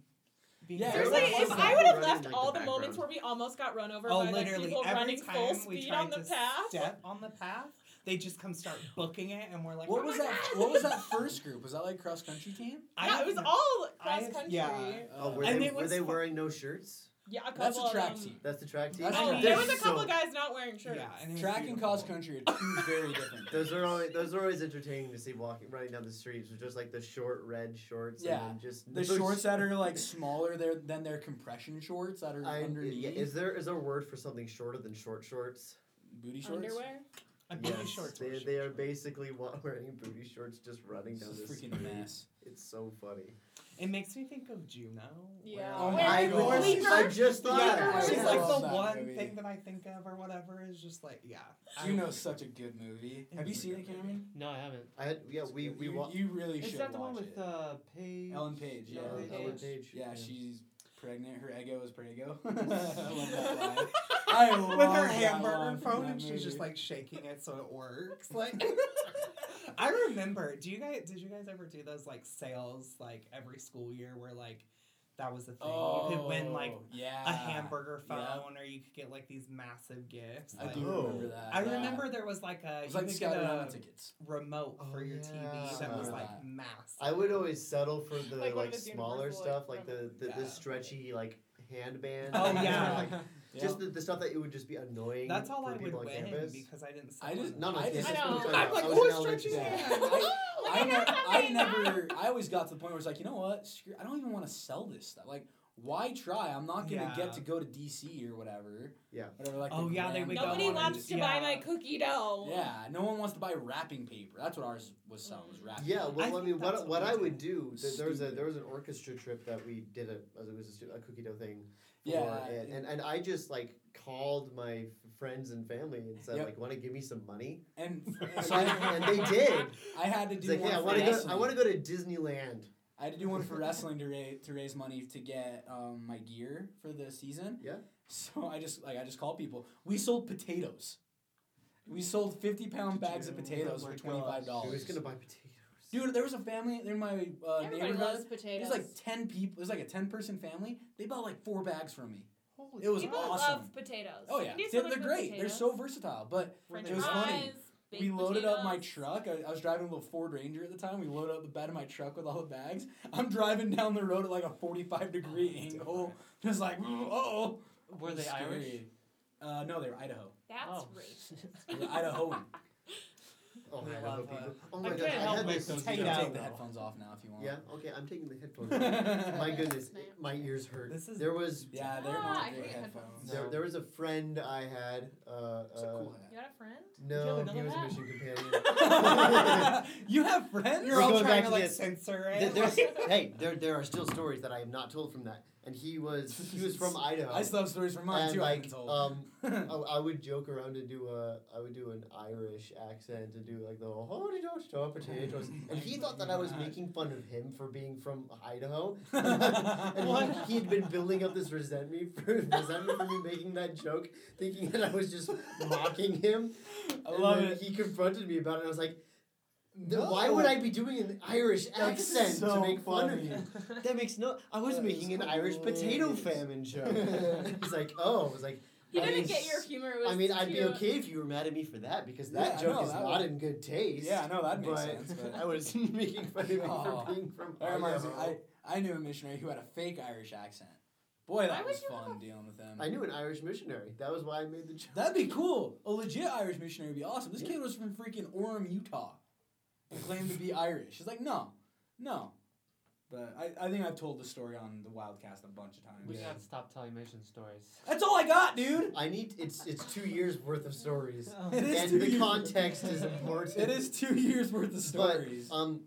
Speaker 6: being
Speaker 2: Yeah,
Speaker 6: very
Speaker 4: Seriously,
Speaker 2: there was
Speaker 4: if
Speaker 2: some
Speaker 4: I
Speaker 1: people
Speaker 4: would have
Speaker 1: running,
Speaker 4: left
Speaker 1: like,
Speaker 4: all
Speaker 1: the
Speaker 4: the moments
Speaker 1: background.
Speaker 4: where we almost got run over
Speaker 6: Oh,
Speaker 4: by like
Speaker 6: literally
Speaker 4: people
Speaker 6: every
Speaker 4: running
Speaker 6: time
Speaker 4: full
Speaker 6: we
Speaker 4: speed
Speaker 6: tried
Speaker 4: on the
Speaker 6: to
Speaker 4: path.
Speaker 6: step on the path, they just come start booking it, and we're like,
Speaker 2: What
Speaker 6: "Oh
Speaker 2: was
Speaker 6: my
Speaker 2: that?
Speaker 6: God."
Speaker 2: What was that first group? Was that like cross country team?
Speaker 6: I
Speaker 4: yeah,
Speaker 6: have
Speaker 4: it was
Speaker 6: no-
Speaker 4: all
Speaker 6: I
Speaker 4: cross
Speaker 6: have-
Speaker 4: country. Yeah,
Speaker 2: yeah.
Speaker 1: Oh, were
Speaker 6: And
Speaker 1: they,
Speaker 6: it
Speaker 1: were
Speaker 6: was
Speaker 1: they
Speaker 6: fu-
Speaker 1: wearing no shirts?
Speaker 4: a couple
Speaker 2: That's a
Speaker 4: of
Speaker 2: track
Speaker 4: them.
Speaker 2: team.
Speaker 1: That's the track team.
Speaker 2: That's
Speaker 4: Oh,
Speaker 2: track
Speaker 4: there
Speaker 2: team.
Speaker 4: was a couple
Speaker 1: So-
Speaker 4: guys not wearing shirts.
Speaker 6: Yeah, and it was
Speaker 2: Track and
Speaker 6: beautiful.
Speaker 2: cross country are two very different.
Speaker 1: Those
Speaker 2: things.
Speaker 1: are always those are always entertaining to see walking running down the streets with just like the short red shorts.
Speaker 2: Yeah.
Speaker 1: And then just
Speaker 2: the
Speaker 1: no
Speaker 2: shorts
Speaker 1: sh-
Speaker 2: that are like smaller there than their compression shorts that are
Speaker 1: I,
Speaker 2: underneath.
Speaker 1: yeah, is there is there a word for something shorter than short shorts?
Speaker 2: booty shorts.
Speaker 4: Underwear.
Speaker 6: I'm
Speaker 1: Yes,
Speaker 6: pretty short.
Speaker 1: They, they are basically wa- wearing booty shorts, just running
Speaker 2: It's
Speaker 1: down
Speaker 2: a
Speaker 1: the
Speaker 2: freaking
Speaker 1: street.
Speaker 2: mess.
Speaker 1: It's so funny.
Speaker 6: It makes me think of Juno.
Speaker 4: Yeah.
Speaker 2: Oh
Speaker 6: where-
Speaker 2: my
Speaker 1: I,
Speaker 2: God.
Speaker 1: was-
Speaker 2: Bleaker?
Speaker 1: I just thought
Speaker 6: Yeah,
Speaker 1: of
Speaker 2: I
Speaker 1: it.
Speaker 6: she's
Speaker 2: love
Speaker 6: like the
Speaker 2: that
Speaker 6: one
Speaker 2: movie.
Speaker 6: thing that I think of or whatever is just like yeah. I-
Speaker 2: Juno's such a good movie. Have you
Speaker 6: It's a
Speaker 2: seen
Speaker 6: good
Speaker 2: it, Cameron?
Speaker 3: No, I haven't.
Speaker 1: I had, yeah, we we
Speaker 2: you,
Speaker 1: wa-
Speaker 2: you really
Speaker 3: Is
Speaker 2: should
Speaker 3: that the
Speaker 2: watch
Speaker 3: one with
Speaker 2: it.
Speaker 3: uh, Paige?
Speaker 2: Ellen Page, yeah.
Speaker 1: Ellen
Speaker 3: Ellen
Speaker 1: Page. Page,
Speaker 2: Yeah,
Speaker 1: yeah.
Speaker 2: she's pregnant. Her ego is prego. I love that line. I love
Speaker 6: with her
Speaker 2: that line
Speaker 6: hamburger
Speaker 2: from
Speaker 6: phone
Speaker 2: that
Speaker 6: and she's just
Speaker 2: movie.
Speaker 6: like shaking it so it works. Like I remember. Do you guys did you guys ever do those like sales like every school year where like That was the thing.
Speaker 2: Oh,
Speaker 6: you could win like
Speaker 2: yeah.
Speaker 6: a hamburger phone,
Speaker 2: yeah.
Speaker 6: or you could get like these massive gifts.
Speaker 2: I
Speaker 6: like-
Speaker 2: do
Speaker 1: Oh.
Speaker 2: remember that.
Speaker 6: I
Speaker 2: yeah.
Speaker 6: remember there was like a
Speaker 2: It was
Speaker 6: you
Speaker 2: like
Speaker 6: could get
Speaker 2: Scout
Speaker 6: a
Speaker 2: tickets.
Speaker 6: remote for
Speaker 1: Oh,
Speaker 6: your
Speaker 1: yeah.
Speaker 6: TV that was
Speaker 2: Remember
Speaker 6: like
Speaker 2: that.
Speaker 6: massive.
Speaker 1: I would always settle for the
Speaker 4: Like
Speaker 1: like,
Speaker 4: one of those
Speaker 1: smaller
Speaker 4: universal,
Speaker 1: stuff,
Speaker 4: like,
Speaker 1: like the the,
Speaker 2: Yeah.
Speaker 1: the stretchy like handband.
Speaker 6: Oh,
Speaker 1: and,
Speaker 6: yeah.
Speaker 1: like,
Speaker 2: Yeah.
Speaker 1: just the, the stuff that it would just be annoying.
Speaker 6: That's all
Speaker 1: for
Speaker 6: I would
Speaker 1: people on
Speaker 6: win
Speaker 1: campus.
Speaker 6: because I didn't.
Speaker 2: I
Speaker 6: sell
Speaker 2: didn't-
Speaker 6: them.
Speaker 1: No, no,
Speaker 2: I
Speaker 1: it's
Speaker 2: didn't-
Speaker 1: just
Speaker 4: I know.
Speaker 1: because
Speaker 4: I'm like,
Speaker 1: I was
Speaker 6: "Who's
Speaker 1: in elementary
Speaker 6: stretching
Speaker 1: school."
Speaker 6: it?"
Speaker 2: I,
Speaker 4: Look,
Speaker 2: I,
Speaker 4: I got
Speaker 2: never, I
Speaker 4: something.
Speaker 2: never. I always got to the point where it's like, you know what? Screw, I don't even want to sell this stuff. Like, why try? I'm not gonna
Speaker 6: Yeah.
Speaker 2: get to go to DC or whatever.
Speaker 1: Yeah.
Speaker 2: Whatever. Like.
Speaker 6: Oh,
Speaker 2: the
Speaker 6: yeah, they
Speaker 2: grand
Speaker 6: would go
Speaker 4: Nobody
Speaker 2: one
Speaker 6: on
Speaker 4: wants
Speaker 2: is-
Speaker 4: to
Speaker 6: Yeah.
Speaker 4: buy my cookie dough.
Speaker 2: Yeah. No one wants to buy wrapping paper. That's what ours was selling. Was wrapping.
Speaker 1: Yeah,
Speaker 2: paper.
Speaker 6: I
Speaker 1: well, I,
Speaker 6: think
Speaker 1: mean,
Speaker 6: that's
Speaker 1: what, what
Speaker 6: what we
Speaker 1: I
Speaker 6: did.
Speaker 1: would do, th- there was a
Speaker 2: Stupid.
Speaker 1: there was an orchestra trip that we did a, as it was a, stu- a cookie dough thing. For,
Speaker 2: Yeah,
Speaker 1: and,
Speaker 2: it-
Speaker 1: and and I just like called my f- friends and family and said
Speaker 2: Yep.
Speaker 1: like, "Want to give me some money?"
Speaker 2: And
Speaker 1: And,
Speaker 2: so I,
Speaker 1: and they did.
Speaker 2: I had to
Speaker 1: It's
Speaker 2: do
Speaker 1: like,
Speaker 2: one
Speaker 1: "Yeah, I
Speaker 2: for
Speaker 1: want to go.
Speaker 2: wrestling.
Speaker 1: I want to go to Disneyland."
Speaker 2: I had to do one for wrestling to raise to raise money to get um, my gear for the season.
Speaker 1: Yeah.
Speaker 2: So I just like I just called people. We sold potatoes. We sold fifty pound
Speaker 6: Did
Speaker 2: bags of
Speaker 6: you?
Speaker 2: potatoes
Speaker 6: Oh
Speaker 2: for
Speaker 6: my
Speaker 2: twenty five
Speaker 1: Who
Speaker 2: dollars.
Speaker 1: was gonna buy potatoes?
Speaker 2: Dude, there was a family in my uh,
Speaker 4: Everybody loves
Speaker 2: neighborhood. It
Speaker 4: potatoes.
Speaker 2: was like ten people. It was like a ten person family. They bought like four bags from me.
Speaker 6: Holy
Speaker 2: It was
Speaker 4: People
Speaker 2: awesome.
Speaker 4: love potatoes.
Speaker 2: Oh yeah,
Speaker 4: You do
Speaker 2: they're,
Speaker 4: so much
Speaker 2: they're
Speaker 4: with
Speaker 2: great. They're
Speaker 4: potatoes.
Speaker 2: so versatile. But
Speaker 4: French
Speaker 2: it was
Speaker 4: fries,
Speaker 2: funny. we
Speaker 4: baked
Speaker 2: loaded up my
Speaker 4: potatoes.
Speaker 2: truck. I, I was driving a little Ford Ranger at the time. We loaded up the bed of my truck with all the bags. I'm driving down the road at like a 45 degree angle, just like, oh.
Speaker 3: Were they Irish?
Speaker 2: Uh, no, they were Idaho.
Speaker 4: That's
Speaker 3: Oh.
Speaker 4: racist.
Speaker 2: They were Idahoan.
Speaker 1: Oh,
Speaker 6: We
Speaker 1: I
Speaker 6: love,
Speaker 1: hope people.
Speaker 6: uh,
Speaker 1: Oh my
Speaker 3: I
Speaker 1: god!
Speaker 3: can't
Speaker 1: I
Speaker 3: help
Speaker 1: had this.
Speaker 3: myself.
Speaker 2: you
Speaker 6: Take
Speaker 2: can
Speaker 6: it
Speaker 2: take
Speaker 6: out.
Speaker 2: the headphones off now if you want.
Speaker 1: Yeah. Okay, I'm taking the headphones. off.
Speaker 2: Yeah.
Speaker 1: my goodness,
Speaker 4: Snap.
Speaker 1: my ears hurt.
Speaker 6: This is-
Speaker 1: there was
Speaker 2: yeah, they're
Speaker 4: Ah, I
Speaker 2: not
Speaker 4: hate
Speaker 2: great
Speaker 4: headphones.
Speaker 2: headphones.
Speaker 1: there,
Speaker 3: No.
Speaker 1: there was a friend I had. Uh,
Speaker 2: It's a
Speaker 1: uh,
Speaker 2: cool
Speaker 4: You got a friend?
Speaker 1: No,
Speaker 4: Did you have
Speaker 1: he was
Speaker 4: another
Speaker 1: a mission Uh, companion.
Speaker 2: hat. you have friends?
Speaker 6: You're all
Speaker 1: going
Speaker 6: trying
Speaker 1: back
Speaker 6: to
Speaker 1: to
Speaker 6: like
Speaker 1: this.
Speaker 6: censor
Speaker 1: There-
Speaker 6: it.
Speaker 1: there's- hey, there there are still stories that I am not told from that. And he was he was from Idaho.
Speaker 2: I still have stories from mine
Speaker 1: and
Speaker 2: too. I haven't
Speaker 1: like
Speaker 2: told.
Speaker 1: um, I, I would joke around and do a I would do an Irish accent to do like the holy dog star potatoes, and he thought that I was making fun of him for being from Idaho. and
Speaker 2: What?
Speaker 1: he, he had been building up this resentment for resentment for me making that joke, thinking that I was just mocking him.
Speaker 2: I
Speaker 1: And
Speaker 2: love
Speaker 1: then
Speaker 2: it.
Speaker 1: He confronted me about it. and I was like, "Th- why would I be doing an Irish
Speaker 2: That's
Speaker 1: accent
Speaker 2: so
Speaker 1: to make fun
Speaker 2: funny.
Speaker 1: of you? That makes no. I was
Speaker 2: That
Speaker 1: making
Speaker 2: is
Speaker 1: an Irish potato
Speaker 2: hilarious.
Speaker 1: famine joke. He's like, oh, I was like,
Speaker 4: You
Speaker 1: I
Speaker 4: didn't
Speaker 1: mean,
Speaker 4: get your humor. It was
Speaker 1: I mean, I'd be
Speaker 4: cute.
Speaker 1: okay if you were mad at me for that because that
Speaker 2: Yeah, I
Speaker 1: joke
Speaker 2: know,
Speaker 1: is
Speaker 2: that
Speaker 1: not
Speaker 2: would-
Speaker 1: in good taste.
Speaker 2: yeah, no, that makes
Speaker 1: but
Speaker 2: sense. But
Speaker 1: I was making fun of me
Speaker 2: Aw.
Speaker 1: for being from
Speaker 2: That reminds me, I,
Speaker 1: Idaho.
Speaker 2: I knew a missionary who had a fake Irish accent. Boy,
Speaker 4: Why
Speaker 2: that
Speaker 4: would
Speaker 2: was
Speaker 4: you
Speaker 2: fun
Speaker 4: have a-
Speaker 2: dealing with him.
Speaker 1: I knew an Irish missionary. That was why I made the joke.
Speaker 2: That'd be cool. A legit Irish missionary would be awesome. This
Speaker 1: Yeah.
Speaker 2: kid was from freaking Orem, Utah, and claimed to be Irish. He's like, no, no. But I, I think I've told the story on the Wildcast a bunch of times.
Speaker 3: We
Speaker 1: Yeah.
Speaker 3: gotta stop telling mission stories.
Speaker 2: That's all I got, dude.
Speaker 1: I need it's it's two years worth of stories,
Speaker 2: It is
Speaker 1: and
Speaker 2: two
Speaker 1: the
Speaker 2: years-
Speaker 1: context is important.
Speaker 2: It is two years worth of stories.
Speaker 1: But, um,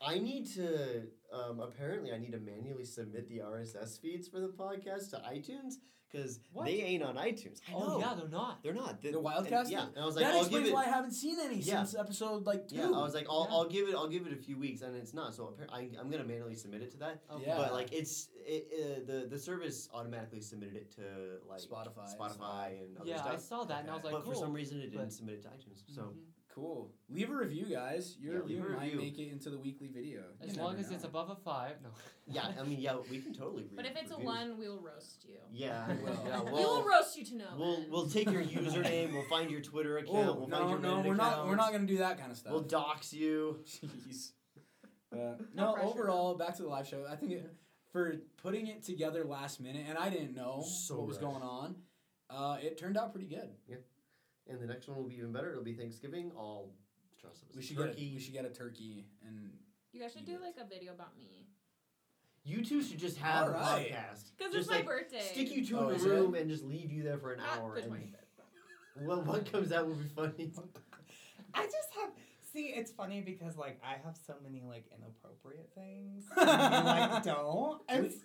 Speaker 1: I need to. Um, apparently, I need to manually submit the RSS feeds for the podcast to iTunes because
Speaker 3: What?
Speaker 1: they ain't on iTunes. I
Speaker 3: Oh
Speaker 1: know.
Speaker 3: yeah, they're not.
Speaker 1: They're not. They-
Speaker 2: The
Speaker 1: and-
Speaker 2: Wildcast?
Speaker 1: Yeah. And I was like,
Speaker 2: that
Speaker 1: I'll give
Speaker 2: explains
Speaker 1: it.
Speaker 2: why I haven't seen any
Speaker 1: Yeah.
Speaker 2: since episode like two.
Speaker 1: yeah, I was like, I'll,
Speaker 3: Yeah.
Speaker 1: I'll give it. I'll give it a few weeks, and it's not. So appar- I, I'm gonna manually submit it to that.
Speaker 3: Okay.
Speaker 2: Yeah.
Speaker 1: But like, it's it, uh, the the service automatically submitted it to like
Speaker 2: Spotify.
Speaker 1: Spotify and other
Speaker 3: yeah, I
Speaker 1: stuff.
Speaker 3: saw that and I was
Speaker 2: Okay.
Speaker 3: like,
Speaker 1: but
Speaker 3: cool.
Speaker 1: for some reason, it didn't
Speaker 3: But-
Speaker 1: submit it to iTunes. So
Speaker 3: Mhm.
Speaker 2: Cool. Leave a review, guys. Your
Speaker 1: Yeah,
Speaker 2: review
Speaker 1: leave a
Speaker 2: might
Speaker 1: review.
Speaker 2: make it into the weekly video. You
Speaker 3: as
Speaker 2: never
Speaker 3: long as it's
Speaker 2: know.
Speaker 3: above a five, no.
Speaker 1: yeah, I mean, yeah, we can totally. Read
Speaker 4: But if it's a
Speaker 1: reviews.
Speaker 4: one, we'll roast you.
Speaker 1: yeah,
Speaker 2: We will.
Speaker 1: yeah,
Speaker 2: We
Speaker 1: well,
Speaker 4: we'll roast you to know.
Speaker 1: We'll
Speaker 4: then.
Speaker 1: we'll take your username. We'll find your Twitter account.
Speaker 2: Oh,
Speaker 1: we'll
Speaker 2: no,
Speaker 1: find your
Speaker 2: no,
Speaker 1: Reddit
Speaker 2: we're not.
Speaker 1: account.
Speaker 2: We're not gonna do that kind of stuff.
Speaker 1: We'll dox you.
Speaker 2: Jeez. Uh,
Speaker 4: No
Speaker 2: no,
Speaker 4: pressure.
Speaker 2: overall, back to the live show. I think it, for putting it together last minute, and I didn't know
Speaker 1: So
Speaker 2: what was
Speaker 1: rushed.
Speaker 2: going on. Uh, it turned out pretty good.
Speaker 1: And the next one will be even better. It'll be Thanksgiving. I'll dress up as
Speaker 2: We
Speaker 1: a
Speaker 2: should
Speaker 1: turkey.
Speaker 2: get a, we should get a turkey and
Speaker 4: you guys should
Speaker 2: eat
Speaker 4: do
Speaker 2: it.
Speaker 4: like a video about me
Speaker 1: you two should just have a
Speaker 2: Alright.
Speaker 1: podcast.
Speaker 4: because it's
Speaker 1: Just,
Speaker 4: my
Speaker 1: like,
Speaker 4: birthday.
Speaker 1: Stick you two
Speaker 2: Oh,
Speaker 1: in a
Speaker 2: is it?
Speaker 1: room and just leave you there for an
Speaker 4: Not
Speaker 1: hour.
Speaker 4: good
Speaker 1: and
Speaker 4: morning.
Speaker 1: well, what comes out will be funny.
Speaker 6: I just have. See, it's funny because like I have so many like inappropriate things. and you, like don't. And it's,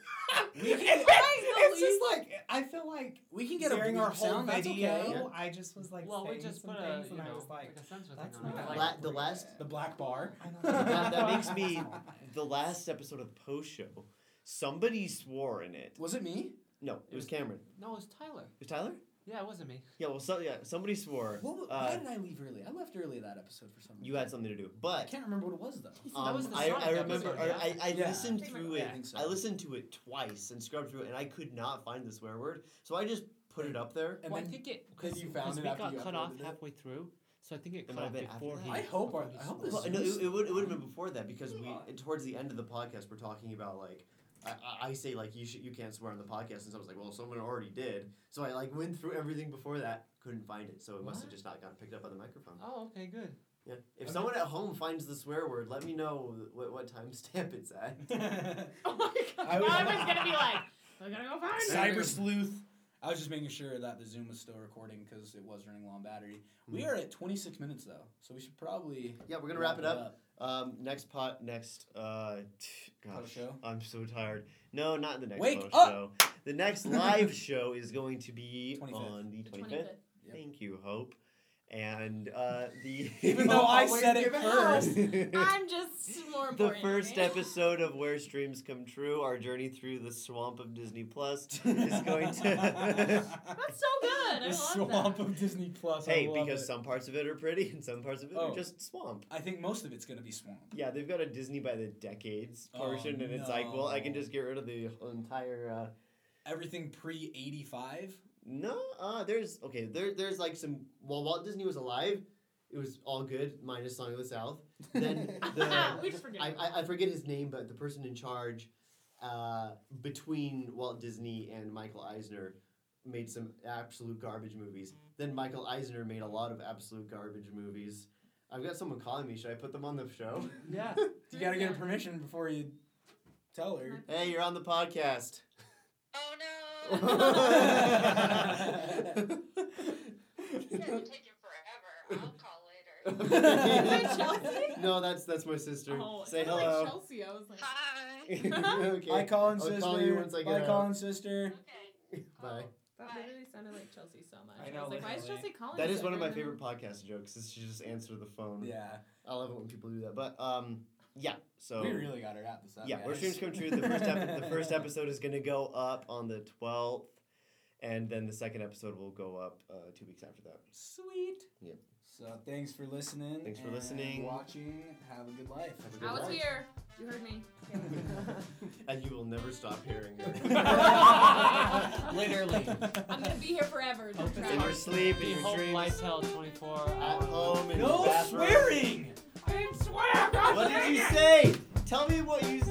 Speaker 6: it's just like I feel like
Speaker 2: we can get
Speaker 6: during
Speaker 2: a
Speaker 6: our
Speaker 2: bleep
Speaker 6: whole
Speaker 2: sound. That's
Speaker 6: video,
Speaker 2: okay.
Speaker 1: Yeah.
Speaker 6: I just was like
Speaker 3: well, we
Speaker 6: saying
Speaker 3: just
Speaker 6: some
Speaker 3: put a
Speaker 6: things,
Speaker 3: you
Speaker 6: and I
Speaker 3: know
Speaker 6: was like,
Speaker 3: like a censor thing
Speaker 6: that's
Speaker 3: on it.
Speaker 6: not
Speaker 1: La-
Speaker 3: Like,
Speaker 1: the last-
Speaker 2: The black bar.
Speaker 6: I don't know.
Speaker 1: that, that makes me the last episode of the post show. Somebody swore in it.
Speaker 2: Was it me?
Speaker 1: No, it was Cameron.
Speaker 3: no, it's Tyler.
Speaker 1: It was Tyler?
Speaker 3: Yeah, it wasn't me.
Speaker 1: Yeah, well, so, yeah, somebody swore.
Speaker 2: What, wa- why
Speaker 1: uh,
Speaker 2: did I leave early? I left early that episode for some reason.
Speaker 1: you had something to do,
Speaker 2: I
Speaker 1: but
Speaker 2: can't remember what it was though.
Speaker 3: That was
Speaker 1: um,
Speaker 3: the
Speaker 1: I,
Speaker 3: Sonic
Speaker 1: I remember
Speaker 3: episode,
Speaker 1: or
Speaker 3: yeah?
Speaker 1: I, I
Speaker 2: Yeah.
Speaker 1: listened
Speaker 4: Pretty
Speaker 1: through
Speaker 4: much.
Speaker 1: it.
Speaker 2: I think so.
Speaker 1: I listened to it twice and scrubbed through it, and I could not find the swear word, so I just put it up there.
Speaker 2: And
Speaker 3: well, I
Speaker 2: then
Speaker 3: think it
Speaker 2: then
Speaker 3: because
Speaker 2: you found it
Speaker 3: we
Speaker 2: after
Speaker 3: got
Speaker 2: you
Speaker 3: cut off
Speaker 2: uploaded it?
Speaker 3: halfway through, so I think it
Speaker 1: might
Speaker 3: cut
Speaker 1: have
Speaker 3: off
Speaker 1: been after
Speaker 3: before
Speaker 1: that.
Speaker 3: he.
Speaker 2: I hope our,
Speaker 3: before he
Speaker 2: I hope
Speaker 3: swore.
Speaker 2: this
Speaker 1: Well, no,
Speaker 2: Zeus-
Speaker 1: it, it would it would have been before that because we it- towards the end of the podcast we're talking about like I, I- I say like you should you can't swear on the podcast and someone's like well someone already did so I like went through everything before that couldn't find it so it must have
Speaker 3: What?
Speaker 1: just not gotten picked up on the microphone.
Speaker 3: Oh, okay, good.
Speaker 1: Yeah. If
Speaker 2: Okay.
Speaker 1: someone at home finds the swear word, let me know what what timestamp it's at.
Speaker 4: Oh my god.
Speaker 2: I was-
Speaker 4: Robin's gonna be like, we're gonna go find it.
Speaker 2: Cyber sleuth. I was just making sure that the Zoom was still recording because it was running low on battery. We are at 26 minutes though, so we should probably
Speaker 1: Yeah, Hmm. we're gonna wrap it up. Um, next pot, next uh, t-
Speaker 2: Post
Speaker 1: gosh,
Speaker 2: show?
Speaker 1: I'm so tired. No, not the next
Speaker 2: Wake
Speaker 1: post
Speaker 2: up!
Speaker 1: show. The next live show is going to be
Speaker 2: 25th.
Speaker 1: on the 25th.
Speaker 4: 25th.
Speaker 2: Yep.
Speaker 1: Thank you, Hope. And uh, the
Speaker 2: Even though I
Speaker 6: wait,
Speaker 2: said it
Speaker 6: give it
Speaker 2: first.
Speaker 4: I'm just more
Speaker 1: the
Speaker 4: important. eh?
Speaker 1: first
Speaker 4: okay?
Speaker 1: episode of Where Streams Come True, our journey through the swamp of Disney Plus, is going to.
Speaker 4: That's so good. I
Speaker 2: the
Speaker 4: love
Speaker 2: swamp
Speaker 4: that.
Speaker 2: of Disney Plus. I
Speaker 1: hey,
Speaker 2: love
Speaker 1: because
Speaker 2: it.
Speaker 1: some parts of it are pretty and some parts of it
Speaker 2: Oh.
Speaker 1: are just swamp.
Speaker 2: I think most of it's gonna be swamp.
Speaker 1: Yeah, they've got a Disney by the decades
Speaker 2: Oh,
Speaker 1: portion, and it's like, well, I can
Speaker 2: no.
Speaker 1: just get rid of the entire. Uh,
Speaker 2: Everything pre 85.
Speaker 1: No, uh, there's okay. There, there's like some. While Walt Disney was alive, it was all good, minus Song of the South. Then the
Speaker 4: we just forget.
Speaker 1: I, I, I forget his name, but the person in charge uh, between Walt Disney and Michael Eisner made some absolute garbage movies. Then Michael Eisner made a lot of absolute garbage movies. I've got someone calling me. Should I put them on the show?
Speaker 3: Yeah.
Speaker 2: You gotta get a permission before you tell her.
Speaker 1: Hey, you're on the podcast.
Speaker 5: Oh no! You guys are taking forever. I'll call later.
Speaker 4: that Chelsea?
Speaker 1: no, that's that's my sister.
Speaker 4: oh,
Speaker 1: Say
Speaker 4: it sounded like
Speaker 1: hello.
Speaker 4: Chelsea. I was like,
Speaker 5: Hi.
Speaker 1: okay.
Speaker 2: Hi, Colin
Speaker 1: I'll
Speaker 2: sister.
Speaker 1: call you once I get
Speaker 2: Hi,
Speaker 1: out.
Speaker 2: Colin sister.
Speaker 5: Okay.
Speaker 1: Bye.
Speaker 4: that
Speaker 5: Bye.
Speaker 4: literally sounded like Chelsea so much.
Speaker 6: I
Speaker 4: I,
Speaker 6: know,
Speaker 4: was like, why is
Speaker 2: literally.
Speaker 4: Chelsea calling?
Speaker 1: That
Speaker 4: us
Speaker 1: is one of my
Speaker 4: every
Speaker 1: favorite podcast jokes. Is she just answer the phone?
Speaker 2: Yeah,
Speaker 1: I love it when people do that. But um, yeah. So
Speaker 2: we really got her out this
Speaker 1: yeah,
Speaker 2: up,
Speaker 1: where
Speaker 2: guys.
Speaker 1: streams come true. The first epi- the first episode is gonna go up on the twelfth, and then the second episode will go up uh, two weeks after that.
Speaker 2: Sweet.
Speaker 1: Yep.
Speaker 2: So thanks for listening.
Speaker 1: Thanks for
Speaker 2: and
Speaker 1: listening.
Speaker 2: Watching. Have a good life.
Speaker 1: Have a
Speaker 4: now?
Speaker 1: good
Speaker 4: I was
Speaker 1: life.
Speaker 4: here. You heard me.
Speaker 1: And you will never stop hearing
Speaker 4: life.
Speaker 1: her.
Speaker 2: Literally.
Speaker 4: I'm gonna be here forever. Don't
Speaker 3: Okay.
Speaker 4: try.
Speaker 1: in your sleep, in
Speaker 3: Be
Speaker 1: your
Speaker 3: home,
Speaker 1: dreams,
Speaker 3: Lytel, 24
Speaker 1: at
Speaker 3: hours.
Speaker 1: home, in the
Speaker 2: no
Speaker 1: bathroom.
Speaker 2: swearing.
Speaker 4: I didn't swear. God
Speaker 1: What
Speaker 4: dang
Speaker 1: did you
Speaker 4: it.
Speaker 1: say? Tell me what you